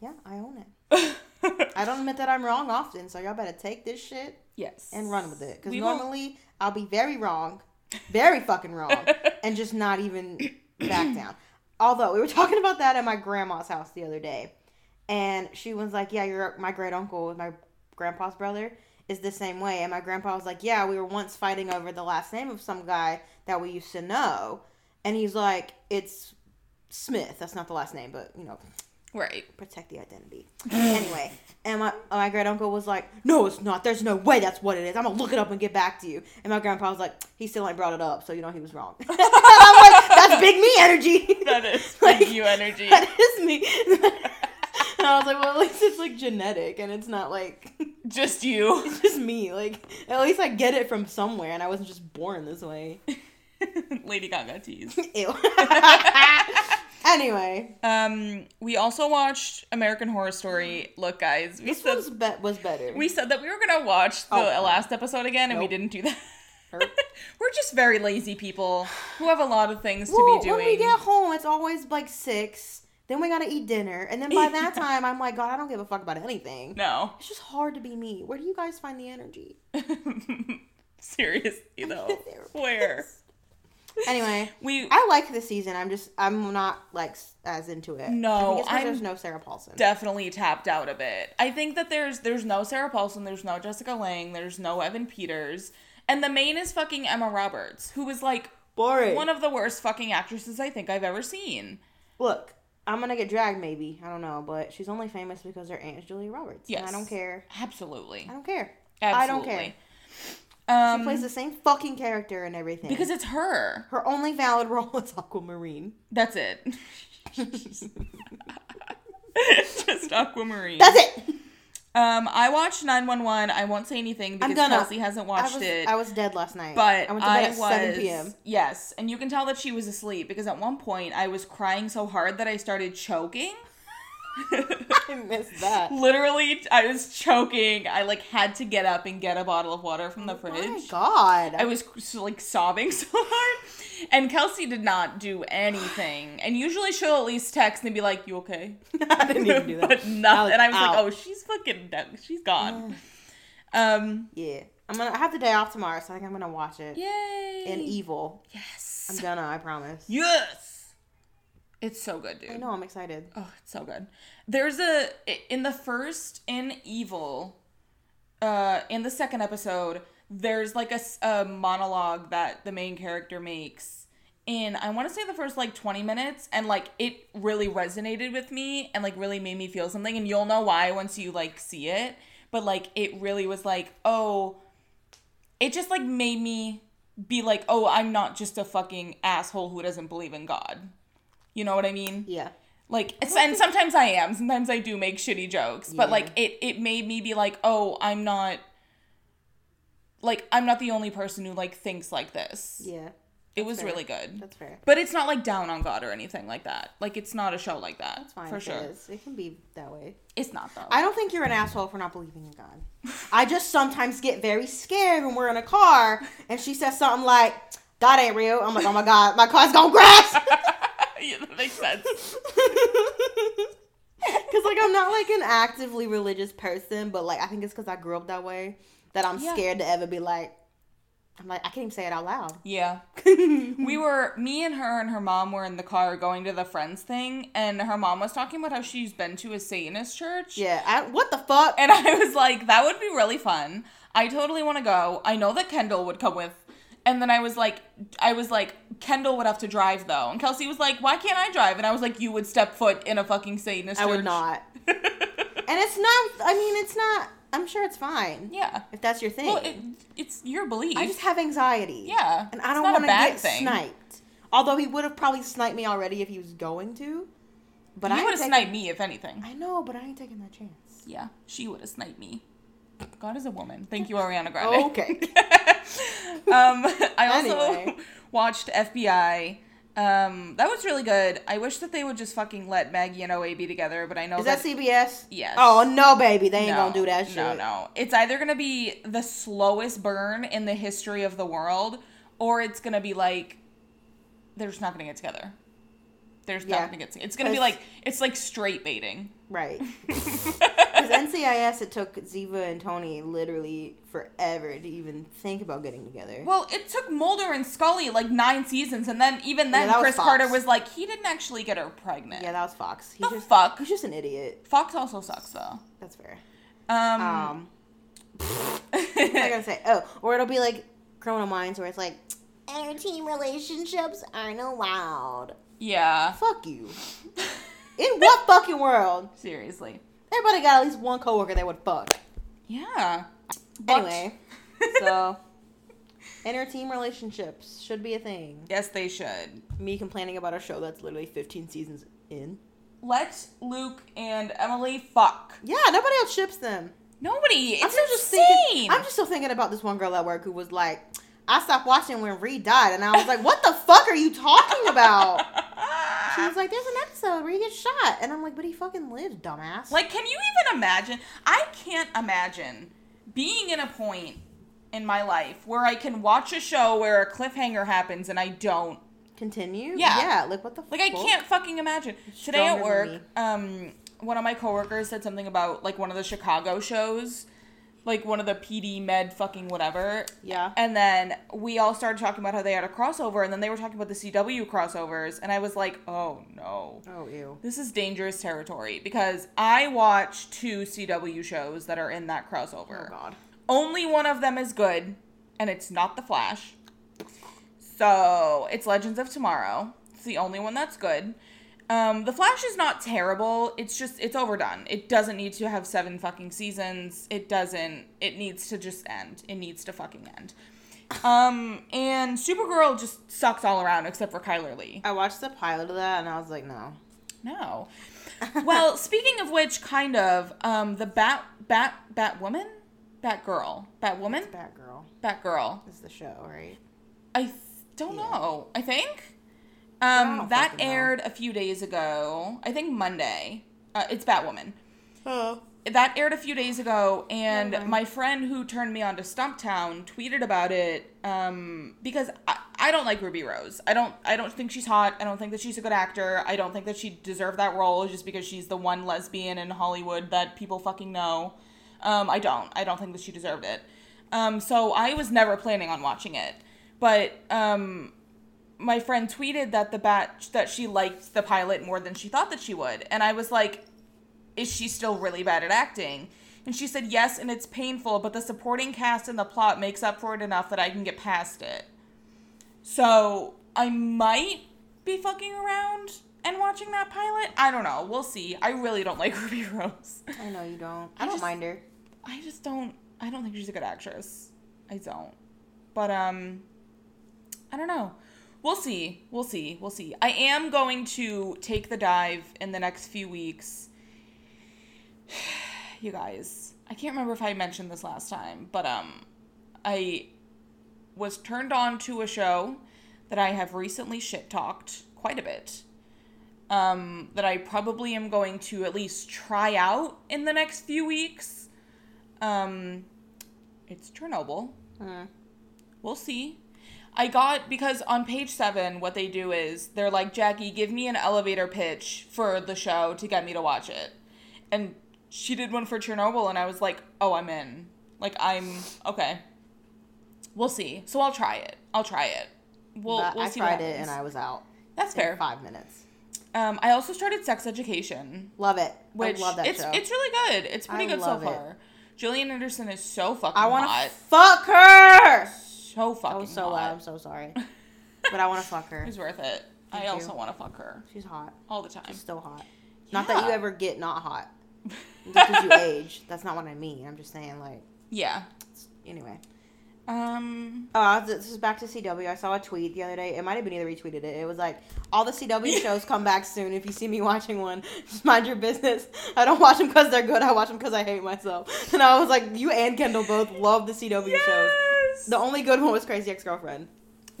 [SPEAKER 3] Yeah, I own it. I don't admit that I'm wrong often, so y'all better take this shit
[SPEAKER 1] Yes.
[SPEAKER 3] and run with it. Because
[SPEAKER 1] We won't-
[SPEAKER 3] normally I'll be very wrong, very fucking wrong, and just not even back down. Although we were talking about that at my grandma's house the other day, and she was like, "Yeah, your my great uncle, my grandpa's brother, is the same way." And my grandpa was like, "Yeah, we were once fighting over the last name of some guy that we used to know," and he's like, "It's Smith. That's not the last name, but you know,
[SPEAKER 1] Right.
[SPEAKER 3] protect the identity. anyway, and my, uh, my great uncle was like, "No, it's not. There's no way that's what it is. I'm gonna look it up and get back to you." And my grandpa was like, "He still ain't brought it up, so you know he was wrong." I'm like, "That's big me energy.
[SPEAKER 1] That is
[SPEAKER 3] Like,
[SPEAKER 1] big you energy.
[SPEAKER 3] that is me." and I was like, "Well, at least it's like genetic, and it's not like
[SPEAKER 1] Just you.
[SPEAKER 3] it's just me. Like at least I get it from somewhere, and I wasn't just born this way."
[SPEAKER 1] Lady Gaga tease.
[SPEAKER 3] Ew. anyway,
[SPEAKER 1] um, we also watched American Horror Story. Look, guys, we
[SPEAKER 3] this
[SPEAKER 1] said
[SPEAKER 3] was be- was better.
[SPEAKER 1] we said that we were gonna watch the
[SPEAKER 3] Oh.
[SPEAKER 1] last episode again, and we
[SPEAKER 3] Nope.
[SPEAKER 1] didn't do that.
[SPEAKER 3] Herp.
[SPEAKER 1] We're just very lazy people who have a lot of things
[SPEAKER 3] Well,
[SPEAKER 1] to be doing.
[SPEAKER 3] When we get home, it's always like six. Then we gotta eat dinner, and then by that
[SPEAKER 1] Yeah.
[SPEAKER 3] time, I'm like, God, I don't give a fuck about anything.
[SPEAKER 1] no,
[SPEAKER 3] It's just hard to be me. Where do you guys find the energy?
[SPEAKER 1] seriously though,
[SPEAKER 3] Therapist.
[SPEAKER 1] where
[SPEAKER 3] Anyway,
[SPEAKER 1] we
[SPEAKER 3] I like this season. I'm just, I'm not like s- as into it. I
[SPEAKER 1] No,
[SPEAKER 3] think it's 'cause
[SPEAKER 1] I'm
[SPEAKER 3] there's no Sarah Paulson.
[SPEAKER 1] definitely tapped out a bit. I think that there's there's no Sarah Paulson, there's no Jessica Lang, there's no Evan Peters, and the main is fucking Emma Roberts, who was like
[SPEAKER 3] Boring.
[SPEAKER 1] one of the worst fucking actresses I think I've ever seen.
[SPEAKER 3] Look, I'm gonna get dragged, maybe. I don't know, but she's only famous because her aunt's Julia Roberts. and
[SPEAKER 1] Yes.
[SPEAKER 3] I don't care.
[SPEAKER 1] Absolutely.
[SPEAKER 3] I don't care.
[SPEAKER 1] Absolutely.
[SPEAKER 3] I don't care.
[SPEAKER 1] Um,
[SPEAKER 3] She plays the same fucking character and everything.
[SPEAKER 1] because it's her.
[SPEAKER 3] her only valid role is Aquamarine.
[SPEAKER 1] That's it. Just Aquamarine.
[SPEAKER 3] That's it.
[SPEAKER 1] Um, I watched 911. I won't say anything because
[SPEAKER 3] gonna-
[SPEAKER 1] Kelsey hasn't watched
[SPEAKER 3] I was,
[SPEAKER 1] it.
[SPEAKER 3] I was dead last night.
[SPEAKER 1] but
[SPEAKER 3] I went to bed
[SPEAKER 1] I
[SPEAKER 3] at
[SPEAKER 1] was
[SPEAKER 3] 7 p.m.
[SPEAKER 1] yes, and you can tell that she was asleep because at one point I was crying so hard that I started choking.
[SPEAKER 3] I missed that.
[SPEAKER 1] Literally, I was choking. I like had to get up and get a bottle of water from the fridge.
[SPEAKER 3] Oh my god.
[SPEAKER 1] I was so, like sobbing so hard, and Kelsey did not do anything. And usually she'll at least text and be like, "You okay?"
[SPEAKER 3] I didn't even do that.
[SPEAKER 1] but nothing. And I was
[SPEAKER 3] out.
[SPEAKER 1] like, "Oh, she's fucking done. She's gone." um,
[SPEAKER 3] yeah. I'm gonna I have the day off tomorrow, so I think I'm gonna watch it.
[SPEAKER 1] yay!
[SPEAKER 3] And evil. I'm
[SPEAKER 1] yes,
[SPEAKER 3] gonna, I promise.
[SPEAKER 1] yes, it's so good, dude.
[SPEAKER 3] I know I'm excited.
[SPEAKER 1] Oh, it's so good. There's a in the first in Evil, uh, in the second episode, there's like a, s- a monologue that the main character makes in I want to say the first like 20 minutes, and like it really resonated with me and like really made me feel something, and you'll know why once you like see it. But like it really was like oh, it just like made me be like oh I'm not just a fucking asshole who doesn't believe in God. You know what I mean?
[SPEAKER 3] Yeah.
[SPEAKER 1] like it's- and sometimes i am sometimes i do make shitty jokes but
[SPEAKER 3] Yeah.
[SPEAKER 1] like it it made me be like oh i'm not like i'm not the only person who like thinks like this
[SPEAKER 3] Yeah.
[SPEAKER 1] it was
[SPEAKER 3] fair.
[SPEAKER 1] really good
[SPEAKER 3] That's fair.
[SPEAKER 1] but it's not like down on god or anything like that like it's not a show like that
[SPEAKER 3] It's fine.
[SPEAKER 1] for
[SPEAKER 3] if
[SPEAKER 1] sure
[SPEAKER 3] It, is. it can be that way.
[SPEAKER 1] it's not though
[SPEAKER 3] I don't think you're an asshole for not believing in God. I just sometimes get very scared when we're in a car and she says something like, That ain't real. I'm like, Oh my god, my car's gonna crash.
[SPEAKER 1] yeah, that makes sense
[SPEAKER 3] Cause like I'm not like an actively religious person, but like I think it's because I grew up that way that I'm
[SPEAKER 1] Yeah.
[SPEAKER 3] scared to ever be like. I'm like I can't even say it out loud.
[SPEAKER 1] yeah we were me and her and her mom were in the car going to the friends thing and her mom was talking about how she's been to a satanist church
[SPEAKER 3] yeah. I, what the fuck?
[SPEAKER 1] And I was like, that would be really fun. I totally want to go. I know that Kendall would come with. And then I was like, I was like, Kendall would have to drive though. And Kelsey was like, why can't I drive? And I was like, you would step foot in a fucking Satanist
[SPEAKER 3] I would
[SPEAKER 1] church."
[SPEAKER 3] not. and it's not. I mean, it's not. I'm sure it's fine.
[SPEAKER 1] Yeah.
[SPEAKER 3] If that's your thing.
[SPEAKER 1] Well, it, it's your belief.
[SPEAKER 3] I just have anxiety.
[SPEAKER 1] Yeah,
[SPEAKER 3] And
[SPEAKER 1] it's
[SPEAKER 3] I don't
[SPEAKER 1] not a
[SPEAKER 3] want to
[SPEAKER 1] bad
[SPEAKER 3] get
[SPEAKER 1] thing.
[SPEAKER 3] sniped. Although he would have probably sniped me already if he was going to. But I
[SPEAKER 1] you
[SPEAKER 3] ain't
[SPEAKER 1] would have
[SPEAKER 3] taking-
[SPEAKER 1] sniped me if anything.
[SPEAKER 3] I know, but I ain't taking that chance.
[SPEAKER 1] yeah, she would have sniped me. God is a woman. Thank you, Ariana Grande.
[SPEAKER 3] Okay.
[SPEAKER 1] um, I also
[SPEAKER 3] Anyway.
[SPEAKER 1] watched FBI. Um, that was really good. I wish that they would just fucking let Maggie and OA be together, but I know
[SPEAKER 3] Is that CBS?
[SPEAKER 1] Yes.
[SPEAKER 3] Oh no, baby, they ain't
[SPEAKER 1] No,
[SPEAKER 3] gonna do that shit.
[SPEAKER 1] No, no. It's either gonna be the slowest burn in the history of the world, or it's gonna be like they're just not gonna get together. They're just
[SPEAKER 3] Yeah.
[SPEAKER 1] not gonna get. It's gonna be
[SPEAKER 3] 'Cause-
[SPEAKER 1] like it's like straight baiting.
[SPEAKER 3] Right. Because NCIS, it took Ziva and Tony literally forever to even think about getting together.
[SPEAKER 1] Well, it took Mulder and Scully like nine seasons, and then even then,
[SPEAKER 3] that was
[SPEAKER 1] Chris
[SPEAKER 3] Fox.
[SPEAKER 1] Carter was like he didn't actually get her pregnant.
[SPEAKER 3] yeah, that was Fox. He's
[SPEAKER 1] the
[SPEAKER 3] just
[SPEAKER 1] fuck.
[SPEAKER 3] he's just an idiot.
[SPEAKER 1] Fox also sucks though.
[SPEAKER 3] That's fair.
[SPEAKER 1] Um,
[SPEAKER 3] Um, what was I gonna say? Oh, or it'll be like Criminal Minds, where it's like inter-team relationships aren't allowed.
[SPEAKER 1] yeah.
[SPEAKER 3] Fuck you. In what fucking world?
[SPEAKER 1] Seriously.
[SPEAKER 3] Everybody got at least one coworker that would fuck.
[SPEAKER 1] Yeah. But-
[SPEAKER 3] Anyway, so inner team relationships should be a thing.
[SPEAKER 1] yes, they should.
[SPEAKER 3] Me complaining about a show that's literally 15 seasons in.
[SPEAKER 1] Let Luke and Emily fuck.
[SPEAKER 3] Yeah, nobody else ships them.
[SPEAKER 1] Nobody. It's
[SPEAKER 3] still
[SPEAKER 1] insane.
[SPEAKER 3] thinking. I'm just still thinking about this one girl at work who was like, "I stopped watching when Reed died," and I was like, "What the fuck are you talking about?" She was like, "There's an episode where he gets shot," and I'm like, "But he fucking lived, dumbass."
[SPEAKER 1] Like, can you even imagine? I can't imagine being in a point in my life where I can watch a show where a cliffhanger happens and I don't.
[SPEAKER 3] continue.
[SPEAKER 1] Yeah.
[SPEAKER 3] yeah. Like what the fuck?
[SPEAKER 1] Like, I can't fucking imagine. Today at
[SPEAKER 3] Stronger than
[SPEAKER 1] work, um, one of my coworkers said something about like one of the Chicago shows, like one of the PD Med fucking whatever.
[SPEAKER 3] Yeah.
[SPEAKER 1] And then we all started talking about how they had a crossover, and then they were talking about the CW crossovers, and I was like, oh no.
[SPEAKER 3] Oh ew.
[SPEAKER 1] This is dangerous territory because I watch two CW shows that are in that crossover.
[SPEAKER 3] Oh god.
[SPEAKER 1] Only one of them is good, and it's not The Flash. So it's Legends of Tomorrow. It's the only one that's good. Um, the Flash is not terrible. It's just it's overdone. It doesn't need to have seven fucking seasons. It doesn't. It needs to just end. It needs to fucking end. Um, and Supergirl just sucks all around except for Kyler Lee.
[SPEAKER 3] I watched the pilot of that and I was like, no.
[SPEAKER 1] No. well, speaking of which, kind of, um, the Bat Bat Batwoman, Batgirl, Batwoman,
[SPEAKER 3] Batgirl
[SPEAKER 1] Batgirl.
[SPEAKER 3] is the show, right?
[SPEAKER 1] I th- don't
[SPEAKER 3] Yeah.
[SPEAKER 1] know. I think
[SPEAKER 3] I
[SPEAKER 1] um,
[SPEAKER 3] don't
[SPEAKER 1] that
[SPEAKER 3] fucking know.
[SPEAKER 1] aired a few days ago. I think Monday. Uh, it's Batwoman.
[SPEAKER 3] Oh.
[SPEAKER 1] That aired a few days ago, and my friend who turned me on to Stumptown tweeted about it um, because I, I don't like Ruby Rose. I don't I don't think she's hot. I don't think that she's a good actor. I don't think that she deserved that role just because she's the one lesbian in Hollywood that people fucking know. Um, I don't. I don't think that she deserved it. Um, so I was never planning on watching it, but um, my friend tweeted that the bat that she liked the pilot more than she thought that she would, and I was like, is she still really bad at acting? And she said, yes, and it's painful, but the supporting cast and the plot makes up for it enough that I can get past it. So I might be fucking around and watching that pilot. I don't know. We'll see. I really don't like Ruby Rose.
[SPEAKER 3] I know you don't. I don't
[SPEAKER 1] just-
[SPEAKER 3] mind her.
[SPEAKER 1] I just don't. I don't think she's a good actress. I don't. But um, I don't know. We'll see. We'll see. We'll see. I am going to take the dive in the next few weeks. You guys, I can't remember if I mentioned this last time, but um, I was turned on to a show that I have recently shit talked quite a bit. Um, that I probably am going to at least try out in the next few weeks. Um, it's Chernobyl.
[SPEAKER 3] Mm.
[SPEAKER 1] We'll see. I got because on page seven, what they do is they're like, Jackie, give me an elevator pitch for the show to get me to watch it, and she did one for Chernobyl, and I was like, oh, I'm in. Like I'm okay. We'll see. So I'll try it. I'll try it. We'll,
[SPEAKER 3] But
[SPEAKER 1] we'll
[SPEAKER 3] I
[SPEAKER 1] see.
[SPEAKER 3] tried
[SPEAKER 1] what
[SPEAKER 3] it and
[SPEAKER 1] happens.
[SPEAKER 3] I was out.
[SPEAKER 1] That's fair.
[SPEAKER 3] In five minutes.
[SPEAKER 1] Um, I also started Sex Education,
[SPEAKER 3] Love it.
[SPEAKER 1] which
[SPEAKER 3] I love that
[SPEAKER 1] it's
[SPEAKER 3] show.
[SPEAKER 1] it's really good. It's pretty
[SPEAKER 3] I
[SPEAKER 1] good so
[SPEAKER 3] love it.
[SPEAKER 1] far. Jillian Anderson is so fucking
[SPEAKER 3] I want
[SPEAKER 1] hot.
[SPEAKER 3] to fuck her.
[SPEAKER 1] so fucking
[SPEAKER 3] That was so
[SPEAKER 1] hot.
[SPEAKER 3] loud. I'm so sorry. but I want to fuck
[SPEAKER 1] It
[SPEAKER 3] her.
[SPEAKER 1] was worth it. I
[SPEAKER 3] you.
[SPEAKER 1] also want to fuck her
[SPEAKER 3] She's hot.
[SPEAKER 1] all the time.
[SPEAKER 3] She's still hot. Not that you
[SPEAKER 1] Yeah.
[SPEAKER 3] ever get not hot because you age. That's not what I mean. I'm just saying, like,
[SPEAKER 1] yeah.
[SPEAKER 3] anyway.
[SPEAKER 1] Um.
[SPEAKER 3] Uh, this is back to CW. I saw a tweet the other day. It might have been either retweeted it. It was like, all the CW shows come back soon. If you see me watching one, just mind your business. I don't watch them because they're good. I watch them because I hate myself. And I was like, you and Kendall both love the CW shows. The only good one was Crazy Ex-Girlfriend.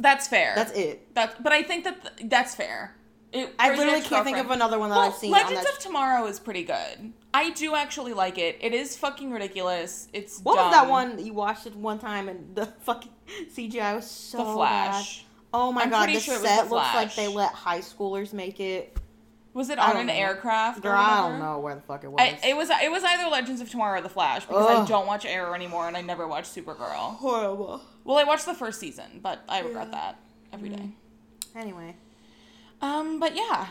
[SPEAKER 1] that's fair.
[SPEAKER 3] That's it.
[SPEAKER 1] That's. But I think that th- that's fair. It,
[SPEAKER 3] I
[SPEAKER 1] Crazy
[SPEAKER 3] literally can't think
[SPEAKER 1] Ex-Girlfriend.
[SPEAKER 3] of another one that
[SPEAKER 1] Well,
[SPEAKER 3] I've seen. on
[SPEAKER 1] Legends
[SPEAKER 3] that
[SPEAKER 1] of Tomorrow is pretty good. I do actually like it. It is fucking ridiculous. It's
[SPEAKER 3] What
[SPEAKER 1] dumb.
[SPEAKER 3] was that one that you watched it one time and the fucking CGI was so
[SPEAKER 1] The Flash.
[SPEAKER 3] bad? Oh my
[SPEAKER 1] I'm
[SPEAKER 3] god,
[SPEAKER 1] pretty
[SPEAKER 3] the
[SPEAKER 1] sure it was
[SPEAKER 3] set
[SPEAKER 1] The
[SPEAKER 3] looks like
[SPEAKER 1] Flash.
[SPEAKER 3] they let high schoolers make it.
[SPEAKER 1] Was it
[SPEAKER 3] I
[SPEAKER 1] on
[SPEAKER 3] don't
[SPEAKER 1] an
[SPEAKER 3] know.
[SPEAKER 1] aircraft? or
[SPEAKER 3] Girl, I don't
[SPEAKER 1] whatever?
[SPEAKER 3] know where the fuck it was.
[SPEAKER 1] Oh I, it was it was either Legends of Tomorrow or The Flash because I
[SPEAKER 3] Ugh.
[SPEAKER 1] don't watch Arrow anymore and I never watch Supergirl.
[SPEAKER 3] horrible.
[SPEAKER 1] Well, I watched the first season, but I regret that every day.
[SPEAKER 3] Mm-hmm. Anyway,
[SPEAKER 1] Um, but yeah,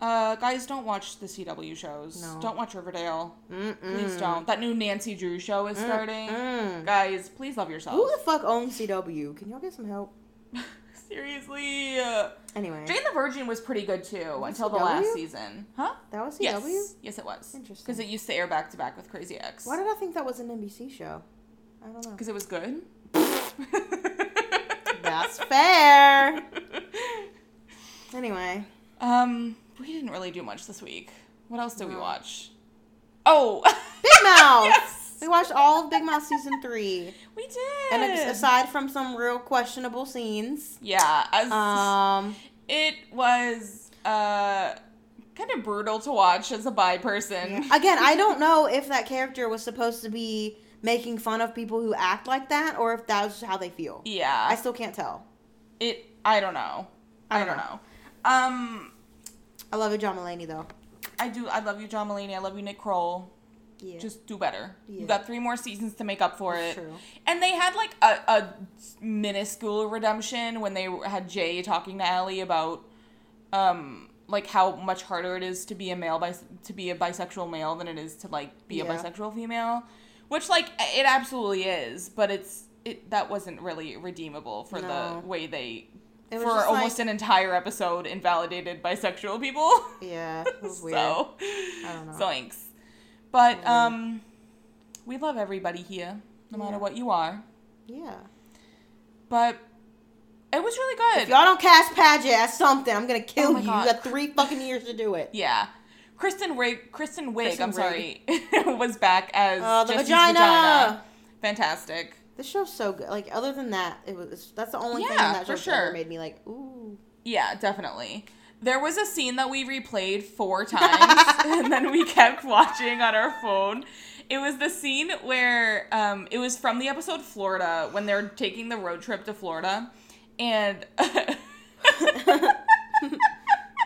[SPEAKER 1] uh, guys, don't watch the CW shows.
[SPEAKER 3] No. Mm.
[SPEAKER 1] Don't watch Riverdale. Please don't. That new Nancy Drew show is starting. Guys, please love yourself.
[SPEAKER 3] who the fuck owns CW? Can y'all get some help?
[SPEAKER 1] Seriously. Uh,
[SPEAKER 3] Anyway,
[SPEAKER 1] Jane the Virgin was pretty good too until the
[SPEAKER 3] CW?
[SPEAKER 1] last season. Huh?
[SPEAKER 3] that was CW.
[SPEAKER 1] Yes. Yes, it was.
[SPEAKER 3] Interesting.
[SPEAKER 1] Because it used to air back to back with Crazy Ex.
[SPEAKER 3] Why did I think that was an NBC show? I don't know.
[SPEAKER 1] Because it was good.
[SPEAKER 3] That's fair. Anyway,
[SPEAKER 1] Um, we didn't really do much this week. What else did we watch? Oh,
[SPEAKER 3] Big Mouth.
[SPEAKER 1] Yes!
[SPEAKER 3] We watched all of Big Mouth season three,
[SPEAKER 1] we did.
[SPEAKER 3] and ex- aside from some real questionable scenes,
[SPEAKER 1] yeah, as-
[SPEAKER 3] um,
[SPEAKER 1] it was uh kind of brutal to watch as a bi person.
[SPEAKER 3] again, I don't know if that character was supposed to be making fun of people who act like that, or if that's how they feel.
[SPEAKER 1] Yeah,
[SPEAKER 3] I still can't tell.
[SPEAKER 1] it. I don't know. I don't know. Um,
[SPEAKER 3] I love it, John Mulaney though.
[SPEAKER 1] I do. I love you, John Mulaney. I love you, Nick Kroll.
[SPEAKER 3] Yeah.
[SPEAKER 1] Just do better.
[SPEAKER 3] Yeah.
[SPEAKER 1] You got three more seasons to make up for
[SPEAKER 3] That's
[SPEAKER 1] it.
[SPEAKER 3] true.
[SPEAKER 1] And they had like a, a minuscule redemption when they had Jay talking to Allie about um like how much harder it is to be a male bis- to be a bisexual male than it is to like be a
[SPEAKER 3] Yeah.
[SPEAKER 1] bisexual female, which like it absolutely is, but it's it that wasn't really redeemable for
[SPEAKER 3] No.
[SPEAKER 1] the way they
[SPEAKER 3] It was
[SPEAKER 1] for
[SPEAKER 3] just,
[SPEAKER 1] almost
[SPEAKER 3] like-
[SPEAKER 1] an entire episode invalidated bisexual people.
[SPEAKER 3] yeah, it was weird.
[SPEAKER 1] So,
[SPEAKER 3] don't know.
[SPEAKER 1] zoinks. But um, we love everybody here, no matter
[SPEAKER 3] Yeah.
[SPEAKER 1] what you are.
[SPEAKER 3] Yeah.
[SPEAKER 1] But it was really
[SPEAKER 3] If
[SPEAKER 1] good.
[SPEAKER 3] y'all don't cast Paget as something, I'm gonna
[SPEAKER 1] Oh
[SPEAKER 3] kill
[SPEAKER 1] my
[SPEAKER 3] you.
[SPEAKER 1] God.
[SPEAKER 3] You got three fucking years to do it.
[SPEAKER 1] Yeah, Kristen Wig, Kristen Wig,
[SPEAKER 3] Kristen
[SPEAKER 1] I'm
[SPEAKER 3] Wiig.
[SPEAKER 1] sorry, was back as
[SPEAKER 3] Oh, the
[SPEAKER 1] Jesse's
[SPEAKER 3] vagina.
[SPEAKER 1] Fantastic.
[SPEAKER 3] This show's so good. Like other than that, it was that's the only thing
[SPEAKER 1] Yeah,
[SPEAKER 3] that
[SPEAKER 1] for
[SPEAKER 3] show ever
[SPEAKER 1] sure.
[SPEAKER 3] made me like ooh.
[SPEAKER 1] Yeah, definitely. There was a scene that we replayed four times, and then we kept watching on our phone. It was the scene where um, it was from the episode Florida when they're taking the road trip to Florida, and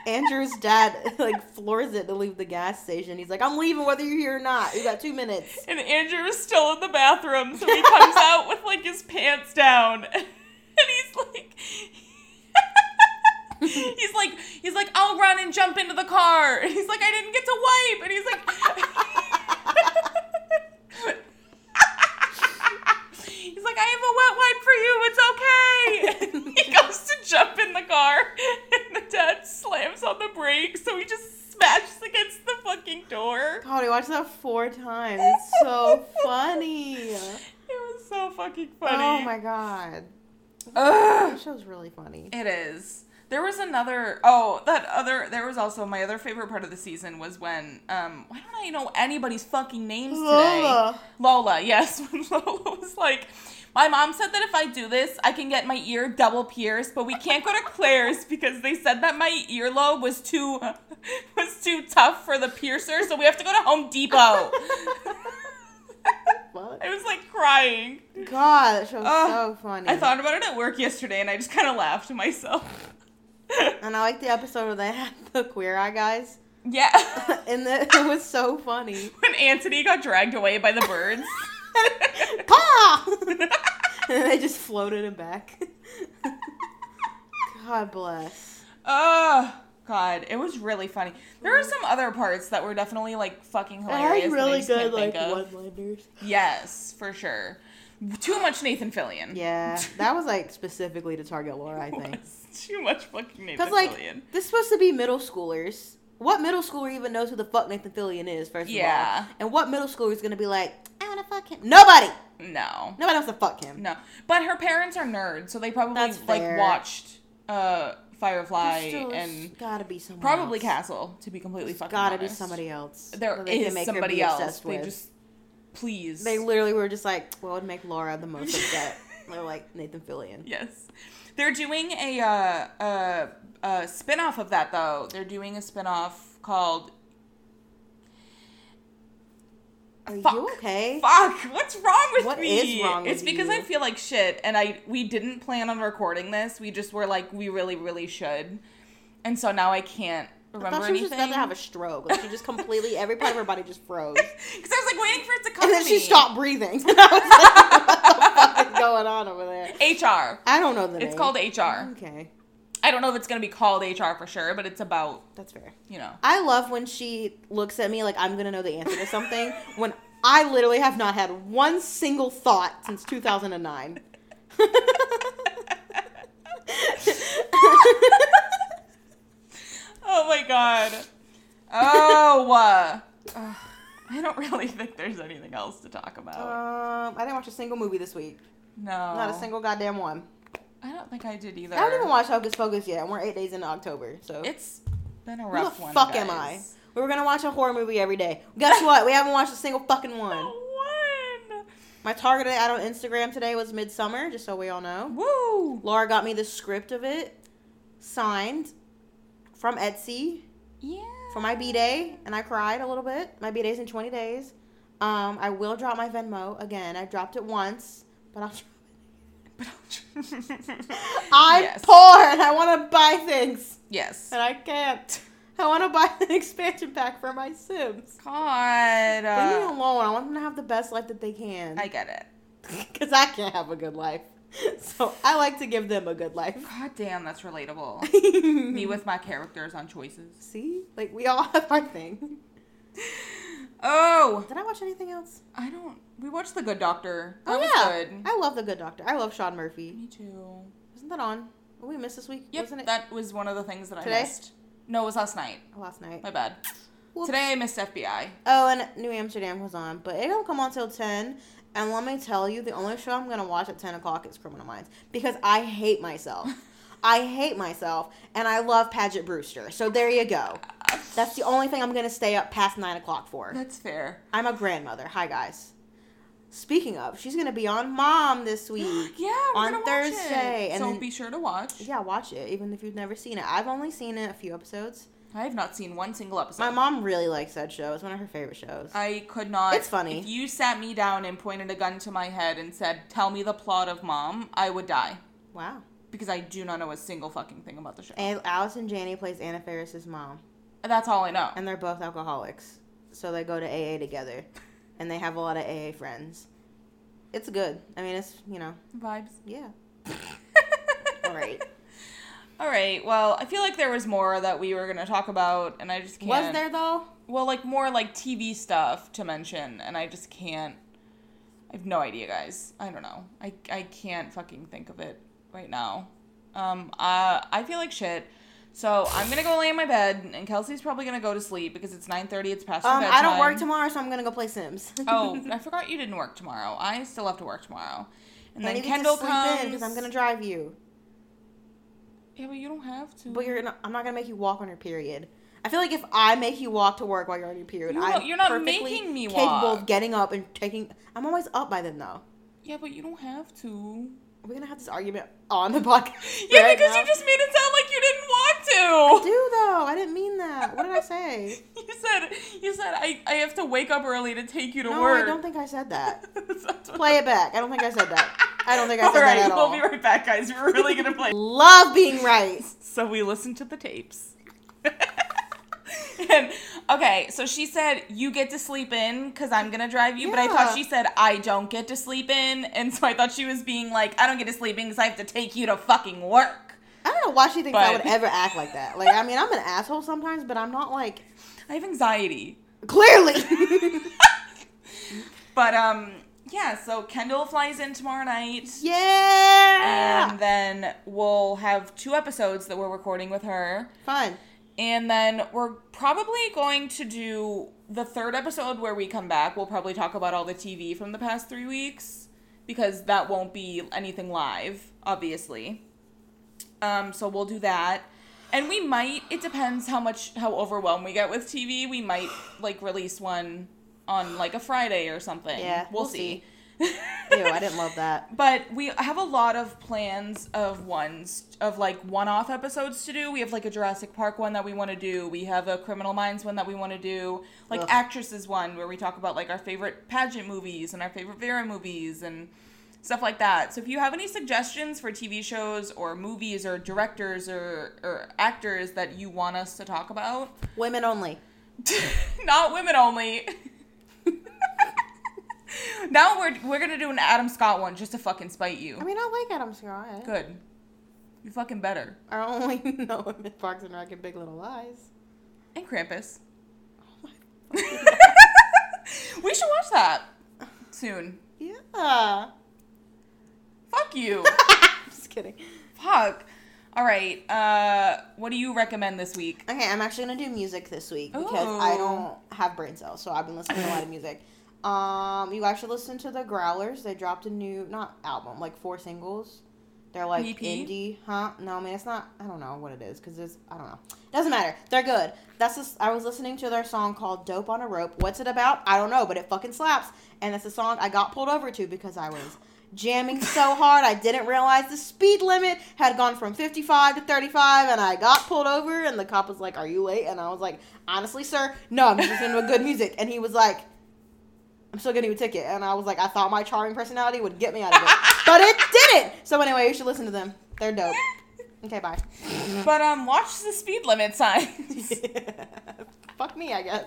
[SPEAKER 3] Andrew's dad like floors it to leave the gas station. He's like, I'm leaving whether you're here or not. You got two minutes.
[SPEAKER 1] and Andrew is still in the bathroom, so he comes out with like his pants down, and he's like. He's like, he's like, I'll run and jump into the car. And he's like, I didn't get to wipe. And he's like, He's like, I have a wet wipe for you. It's okay. he goes to jump in the car, and the dad slams on the brakes, so he just smashes against the fucking door.
[SPEAKER 3] God, I watched that four times. It's so funny.
[SPEAKER 1] It was so fucking funny.
[SPEAKER 3] Oh my god.
[SPEAKER 1] Ugh.
[SPEAKER 3] That show's really funny.
[SPEAKER 1] It is. There was another. Oh, that other. There was also my other favorite part of the season was when. Um, why don't I know anybody's fucking names today?
[SPEAKER 3] Lola.
[SPEAKER 1] Lola. Yes, when Lola was like, my mom said that if I do this, I can get my ear double pierced, but we can't go to Claire's because they said that my earlobe was too was too tough for the piercer, so we have to go to Home Depot.
[SPEAKER 3] What?
[SPEAKER 1] I was like crying.
[SPEAKER 3] God, that show's
[SPEAKER 1] Ugh.
[SPEAKER 3] so funny.
[SPEAKER 1] I thought about it at work yesterday, and I just kind of laughed to myself.
[SPEAKER 3] and I like the episode where they had the queer eye guys.
[SPEAKER 1] Yeah.
[SPEAKER 3] And the, it was so funny.
[SPEAKER 1] when Anthony got dragged away by the birds.
[SPEAKER 3] Pa! and they just floated him back. God bless.
[SPEAKER 1] oh god, it was really funny. There are some other parts that were definitely like fucking hilarious. that I just can't think of.
[SPEAKER 3] liners.
[SPEAKER 1] Yes, for sure. Too much Nathan Fillion.
[SPEAKER 3] Yeah, that was like specifically to target Laura, I
[SPEAKER 1] It
[SPEAKER 3] think.
[SPEAKER 1] was too much fucking Nathan
[SPEAKER 3] Because like
[SPEAKER 1] Fillion.
[SPEAKER 3] this is supposed to be middle schoolers. What middle schooler even knows who the fuck Nathan Fillion is? First of
[SPEAKER 1] Yeah.
[SPEAKER 3] all, and what middle schooler is gonna be like, I wanna fuck him? Nobody.
[SPEAKER 1] No.
[SPEAKER 3] Nobody wants to fuck him.
[SPEAKER 1] No. But her parents are nerds, so they probably
[SPEAKER 3] That's
[SPEAKER 1] like
[SPEAKER 3] fair.
[SPEAKER 1] watched uh Firefly
[SPEAKER 3] There's still-
[SPEAKER 1] and
[SPEAKER 3] gotta be someone.
[SPEAKER 1] probably
[SPEAKER 3] else.
[SPEAKER 1] Castle, to be completely fucking
[SPEAKER 3] Gotta be
[SPEAKER 1] honest.
[SPEAKER 3] somebody else.
[SPEAKER 1] There
[SPEAKER 3] that they can
[SPEAKER 1] is
[SPEAKER 3] make her
[SPEAKER 1] somebody
[SPEAKER 3] be
[SPEAKER 1] else.
[SPEAKER 3] obsessed
[SPEAKER 1] They
[SPEAKER 3] with.
[SPEAKER 1] just please.
[SPEAKER 3] They literally were just like, what would make Laura the most upset? They're like Nathan Fillion.
[SPEAKER 1] Yes. They're doing a uh, uh, uh, spin-off of that though. They're doing a spin-off called
[SPEAKER 3] Are
[SPEAKER 1] Fuck.
[SPEAKER 3] you okay?
[SPEAKER 1] Fuck, what's wrong with
[SPEAKER 3] What
[SPEAKER 1] me?
[SPEAKER 3] is wrong with
[SPEAKER 1] it's because I
[SPEAKER 3] you?
[SPEAKER 1] feel like shit and I we didn't plan on recording this. We just were like we really really should. And so now I can't
[SPEAKER 3] I
[SPEAKER 1] remember
[SPEAKER 3] thought she was
[SPEAKER 1] anything.
[SPEAKER 3] just about to have a stroke. Like she just completely, every part of her body just froze.
[SPEAKER 1] Cuz I was like waiting for it to come
[SPEAKER 3] And
[SPEAKER 1] to
[SPEAKER 3] then she
[SPEAKER 1] me.
[SPEAKER 3] stopped breathing. And I was like, what the fuck is going on over there?
[SPEAKER 1] HR.
[SPEAKER 3] I don't know the name.
[SPEAKER 1] It's called HR.
[SPEAKER 3] Okay,
[SPEAKER 1] I don't know if it's going to be called HR for sure, but it's about,
[SPEAKER 3] that's fair.
[SPEAKER 1] you know.
[SPEAKER 3] I love when she looks at me like I'm gonna know the answer to something when I literally have not had one single thought since 2009.
[SPEAKER 1] god. Oh. uh, ugh, I don't really think there's anything else to talk about.
[SPEAKER 3] Um, I didn't watch a single movie this week.
[SPEAKER 1] no.
[SPEAKER 3] Not a single goddamn one.
[SPEAKER 1] I don't think I did either.
[SPEAKER 3] I don't even watch Hocus Pocus yet, and we're eight days into October. So
[SPEAKER 1] It's been a
[SPEAKER 3] who the
[SPEAKER 1] rough one.
[SPEAKER 3] fuck am I?
[SPEAKER 1] guys.
[SPEAKER 3] We were gonna watch a horror movie every day. Guess what? We haven't watched a single fucking one.
[SPEAKER 1] One.
[SPEAKER 3] My target ad on Instagram today was Midsummer, just so we all know.
[SPEAKER 1] Woo.
[SPEAKER 3] Laura got me the script of it, signed from Etsy
[SPEAKER 1] Yeah.
[SPEAKER 3] for my B day, and I cried a little bit. My B day's in 20 days. Um, I will drop my Venmo again. I dropped it once, but I'll. I'm
[SPEAKER 1] yes.
[SPEAKER 3] poor and I want to buy things,
[SPEAKER 1] Yes.
[SPEAKER 3] and I can't. I want to buy an expansion pack for my Sims.
[SPEAKER 1] God.
[SPEAKER 3] Leave me
[SPEAKER 1] uh,
[SPEAKER 3] alone. I want them to have the best life that they can.
[SPEAKER 1] I get it.
[SPEAKER 3] Because I can't have a good life. So I like to give them a good life.
[SPEAKER 1] God damn, that's relatable. Me
[SPEAKER 3] Me
[SPEAKER 1] with my characters on choices.
[SPEAKER 3] See? Like, we all have our thing.
[SPEAKER 1] Oh,
[SPEAKER 3] Did I watch anything else?
[SPEAKER 1] I don't. We watched The Good Doctor. That
[SPEAKER 3] oh,
[SPEAKER 1] was
[SPEAKER 3] yeah.
[SPEAKER 1] good.
[SPEAKER 3] I love The Good Doctor. I love Sean Murphy.
[SPEAKER 1] Me too.
[SPEAKER 3] Isn't that on? What we missed this week?
[SPEAKER 1] Yep,
[SPEAKER 3] Wasn't it
[SPEAKER 1] that was one of the things that
[SPEAKER 3] Today?
[SPEAKER 1] I missed. No, it was last night.
[SPEAKER 3] last night?
[SPEAKER 1] My bad.
[SPEAKER 3] Whoops.
[SPEAKER 1] Today I missed FBI.
[SPEAKER 3] Oh, and New Amsterdam was on, but it don't come on till 10. And let me tell you, the only show I'm going to watch at 10 o'clock is Criminal Minds because I hate myself. I hate myself, and I love Paget Brewster. So there you go. That's the only thing I'm going to stay up past 9 o'clock for.
[SPEAKER 1] That's fair.
[SPEAKER 3] I'm a grandmother. Hi, guys. Speaking of, she's going to be on Mom this week.
[SPEAKER 1] Yeah, we're
[SPEAKER 3] On
[SPEAKER 1] gonna watch
[SPEAKER 3] Thursday,
[SPEAKER 1] It.
[SPEAKER 3] and
[SPEAKER 1] so
[SPEAKER 3] then-
[SPEAKER 1] be sure to watch.
[SPEAKER 3] yeah, watch it, even if you've never seen it. I've only seen it a few episodes.
[SPEAKER 1] I have not seen one single episode.
[SPEAKER 3] My mom really likes that show. It's one of her favorite shows.
[SPEAKER 1] I could not.
[SPEAKER 3] It's funny.
[SPEAKER 1] If you sat me down and pointed a gun to my head and said, "Tell me the plot of Mom," I would die
[SPEAKER 3] wow.
[SPEAKER 1] because I do not know a single fucking thing about the show.
[SPEAKER 3] And Allison Janney plays Anna Faris's mom,
[SPEAKER 1] That's all I know.
[SPEAKER 3] and they're both alcoholics. So they go to AA together, and they have a lot of AA friends. It's good. I mean, it's, you know,
[SPEAKER 1] Vibes.
[SPEAKER 3] yeah. All right.
[SPEAKER 1] All right. Well, I feel like there was more that we were gonna talk about, and I just can't.
[SPEAKER 3] Was there, though?
[SPEAKER 1] Well, like more like TV stuff to mention, and I just can't. I have no idea, guys. I don't know. I I can't fucking think of it right now. Um. Uh. I feel like shit. So I'm gonna go lay in my bed, and Kelsey's probably gonna go to sleep because it's 9:30. It's past her
[SPEAKER 3] Um, I don't work
[SPEAKER 1] bedtime.
[SPEAKER 3] tomorrow, so I'm going to go play Sims.
[SPEAKER 1] Oh, I forgot you didn't work tomorrow. I still have to work tomorrow. And
[SPEAKER 3] I
[SPEAKER 1] then
[SPEAKER 3] need to
[SPEAKER 1] Kendall
[SPEAKER 3] sleep
[SPEAKER 1] comes.
[SPEAKER 3] because I'm gonna drive you.
[SPEAKER 1] Yeah, but you don't have to.
[SPEAKER 3] But you're gonna, I'm not gonna make you walk on your period. I feel like if I make you walk to work while you're on your period,
[SPEAKER 1] You
[SPEAKER 3] I'm
[SPEAKER 1] don't- you're not
[SPEAKER 3] perfectly
[SPEAKER 1] making me
[SPEAKER 3] capable
[SPEAKER 1] walk.
[SPEAKER 3] of getting up and taking. I'm always up by then though.
[SPEAKER 1] Yeah, but you don't have to.
[SPEAKER 3] We're gonna have this argument on the podcast.
[SPEAKER 1] Yeah,
[SPEAKER 3] right
[SPEAKER 1] because
[SPEAKER 3] now.
[SPEAKER 1] you just made it sound like you didn't want to.
[SPEAKER 3] do though. I didn't mean that. What did I say?
[SPEAKER 1] You said you said I, I have to wake up early to take you to
[SPEAKER 3] no,
[SPEAKER 1] work.
[SPEAKER 3] I don't think I said that.
[SPEAKER 1] think
[SPEAKER 3] Play it back. I don't think I said that. I don't think I said that at
[SPEAKER 1] we'll
[SPEAKER 3] all.
[SPEAKER 1] be right back, guys. We're really gonna play.
[SPEAKER 3] Love being right.
[SPEAKER 1] so we listened to the tapes. and okay, so she said you get to sleep in because I'm gonna drive you, but I
[SPEAKER 3] Yeah.
[SPEAKER 1] thought she said I don't get to sleep in, and so I thought she was being like I don't get to sleep in because I have to take you to fucking work.
[SPEAKER 3] I don't know why she thinks I
[SPEAKER 1] But-
[SPEAKER 3] would ever act like that. Like, I mean, I'm an asshole sometimes, but I'm not like
[SPEAKER 1] I have anxiety.
[SPEAKER 3] clearly.
[SPEAKER 1] But um, yeah. So Kendall flies in tomorrow night.
[SPEAKER 3] Yeah.
[SPEAKER 1] and then we'll have two episodes that we're recording with her
[SPEAKER 3] Fun.
[SPEAKER 1] and then we're probably going to do the third episode where we come back we'll probably talk about all the tv from the past three weeks because that won't be anything live obviously um, so we'll do that and we might it depends how much how overwhelmed we get with tv we might like release one on like a friday or something
[SPEAKER 3] Yeah,
[SPEAKER 1] we'll,
[SPEAKER 3] we'll
[SPEAKER 1] see.
[SPEAKER 3] Ew, I didn't love that.
[SPEAKER 1] But we have a lot of plans of ones of like one-off episodes to do. We have like a Jurassic Park one that we want to do. We have a Criminal Minds one that we want to do. Like
[SPEAKER 3] Ugh.
[SPEAKER 1] actresses one where we talk about like our favorite pageant movies and our favorite Vera movies and stuff like that. So if you have any suggestions for TV shows or movies or directors or or actors that you want us to talk about,
[SPEAKER 3] Women only.
[SPEAKER 1] not women only. now we're we're gonna do an Adam Scott one just to fucking spite you.
[SPEAKER 3] I mean, I like Adam Scott.
[SPEAKER 1] Good. You fucking better.
[SPEAKER 3] I only know him in Parks and Rec and Big Little Lies.
[SPEAKER 1] And Krampus. we should watch that soon.
[SPEAKER 3] Yeah.
[SPEAKER 1] Fuck you.
[SPEAKER 3] Just kidding.
[SPEAKER 1] Fuck. All right. Uh, what do you recommend this week?
[SPEAKER 3] Okay, I'm actually gonna do music this week because I
[SPEAKER 1] Ooh.
[SPEAKER 3] don't have brain cells, so I've been listening to a lot of music. Um, you guys should listen to the Growlers. They dropped a new not album, like four singles. They're like
[SPEAKER 1] EP?
[SPEAKER 3] indie, huh? No, I mean it's not. I don't know what it is because it's I don't know. Doesn't matter. They're good. That's just, I was listening to their song called "Dope on a Rope." What's it about? I don't know, but it fucking slaps. And that's a song I got pulled over to because I was jamming so hard I didn't realize the speed limit had gone from 55 to 35 and I got pulled over and the cop was like, "Are you late?" and I was like, "Honestly, sir, no, I'm just listening to good music." And he was like, "I'm still getting you a ticket." And I was like, "I thought my charming personality would get me out of it, but it didn't." So anyway, you should listen to them. They're dope. Okay, bye.
[SPEAKER 1] But um, watch the speed limit signs.
[SPEAKER 3] Fuck me, I guess.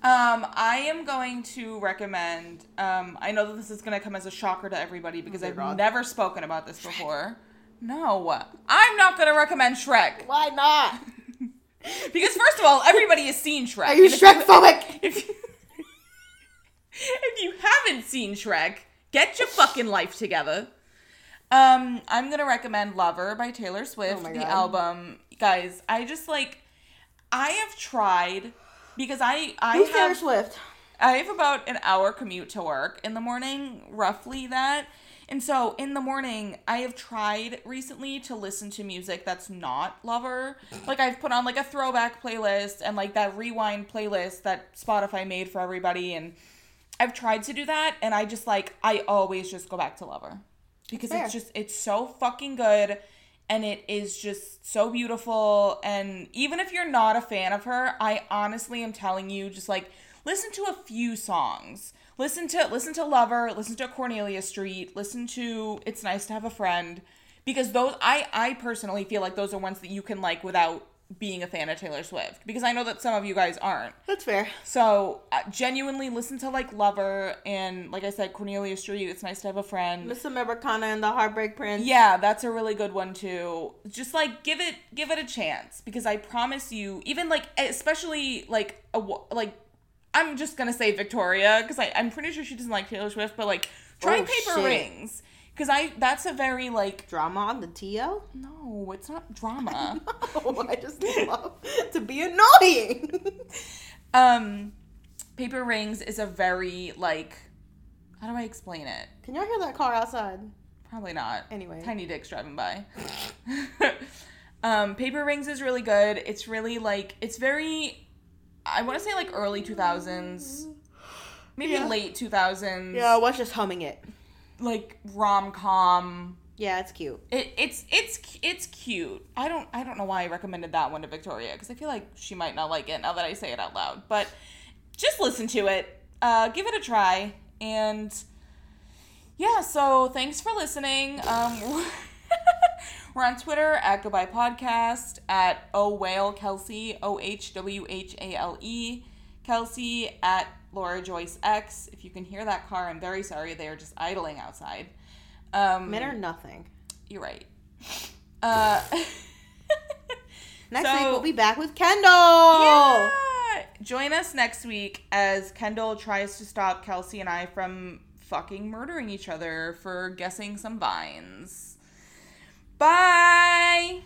[SPEAKER 1] Um, I am going to recommend. Um, I know that this is going to come as a shocker to everybody because
[SPEAKER 3] dear
[SPEAKER 1] I've
[SPEAKER 3] Oh God.
[SPEAKER 1] never spoken about this before. No, I'm not going to recommend Shrek
[SPEAKER 3] Why not?
[SPEAKER 1] because first of all, everybody has seen Shrek.
[SPEAKER 3] Are you
[SPEAKER 1] And if
[SPEAKER 3] Shrek phobic?
[SPEAKER 1] If you, if you haven't seen Shrek, get your fucking life together. Um, I'm gonna recommend Lover by Taylor Swift,
[SPEAKER 3] Oh my
[SPEAKER 1] the
[SPEAKER 3] God.
[SPEAKER 1] album. Guys, I just like I have tried because I I
[SPEAKER 3] Who's Taylor
[SPEAKER 1] have
[SPEAKER 3] Swift?
[SPEAKER 1] I have about an hour commute to work in the morning, roughly that. And so in the morning, I have tried recently to listen to music that's not Lover. Like I've put on like a throwback playlist and like that rewind playlist that Spotify made for everybody and I've tried to do that and I just like I always just go back to Lover because
[SPEAKER 3] Fair.
[SPEAKER 1] it's just it's so fucking good and it is just so beautiful and even if you're not a fan of her, I honestly am telling you just like listen to a few songs. Listen to listen to Lover, listen to Cornelia Street, listen to It's Nice to Have a Friend because those I I personally feel like those are ones that you can like without being a fan of Taylor Swift because I know that some of you guys aren't.
[SPEAKER 3] That's fair.
[SPEAKER 1] So uh, genuinely listen to like Lover and like I said Cornelia Street. It's nice to have a friend.
[SPEAKER 3] Miss Americana and the Heartbreak Prince.
[SPEAKER 1] Yeah, that's a really good one too. Just like give it give it a chance because I promise you, even like especially like a wa- like I'm just gonna say Victoria because I I'm pretty sure she doesn't like Taylor Swift, but like try
[SPEAKER 3] Oh,
[SPEAKER 1] Paper
[SPEAKER 3] shit.
[SPEAKER 1] Rings because I that's a very like
[SPEAKER 3] drama on the TO?
[SPEAKER 1] no, it's not drama.
[SPEAKER 3] Oh, I just love to be annoying.
[SPEAKER 1] um, Paper Rings is a very like how do I explain it?
[SPEAKER 3] Can y'all hear that car outside?
[SPEAKER 1] Probably not.
[SPEAKER 3] Anyway.
[SPEAKER 1] Tiny dicks driving by. um, Paper Rings is really good. It's really like it's very I wanna say like early two thousands. Maybe
[SPEAKER 3] Yeah.
[SPEAKER 1] late two thousands.
[SPEAKER 3] was just humming it.
[SPEAKER 1] Like rom com.
[SPEAKER 3] Yeah, it's cute.
[SPEAKER 1] It, it's it's cu- it's cute. I don't I don't know why I recommended that one to Victoria because I feel like she might not like it now that I say it out loud. But just listen to it, uh, give it a try, and yeah. So thanks for listening. Um, we're on Twitter at Goodbye Podcast at O Whale Kelsey O H W H A L E Kelsey at Laura Joyce X. If you can hear that car, I'm very sorry. They are just idling outside. Um,
[SPEAKER 3] Men are nothing.
[SPEAKER 1] you're right. Uh,
[SPEAKER 3] Next
[SPEAKER 1] So-
[SPEAKER 3] week we'll be back with Kendall. Oh.
[SPEAKER 1] yeah. Join us next week as Kendall tries to stop Kelsey and I from fucking murdering each other for guessing some vines. Bye.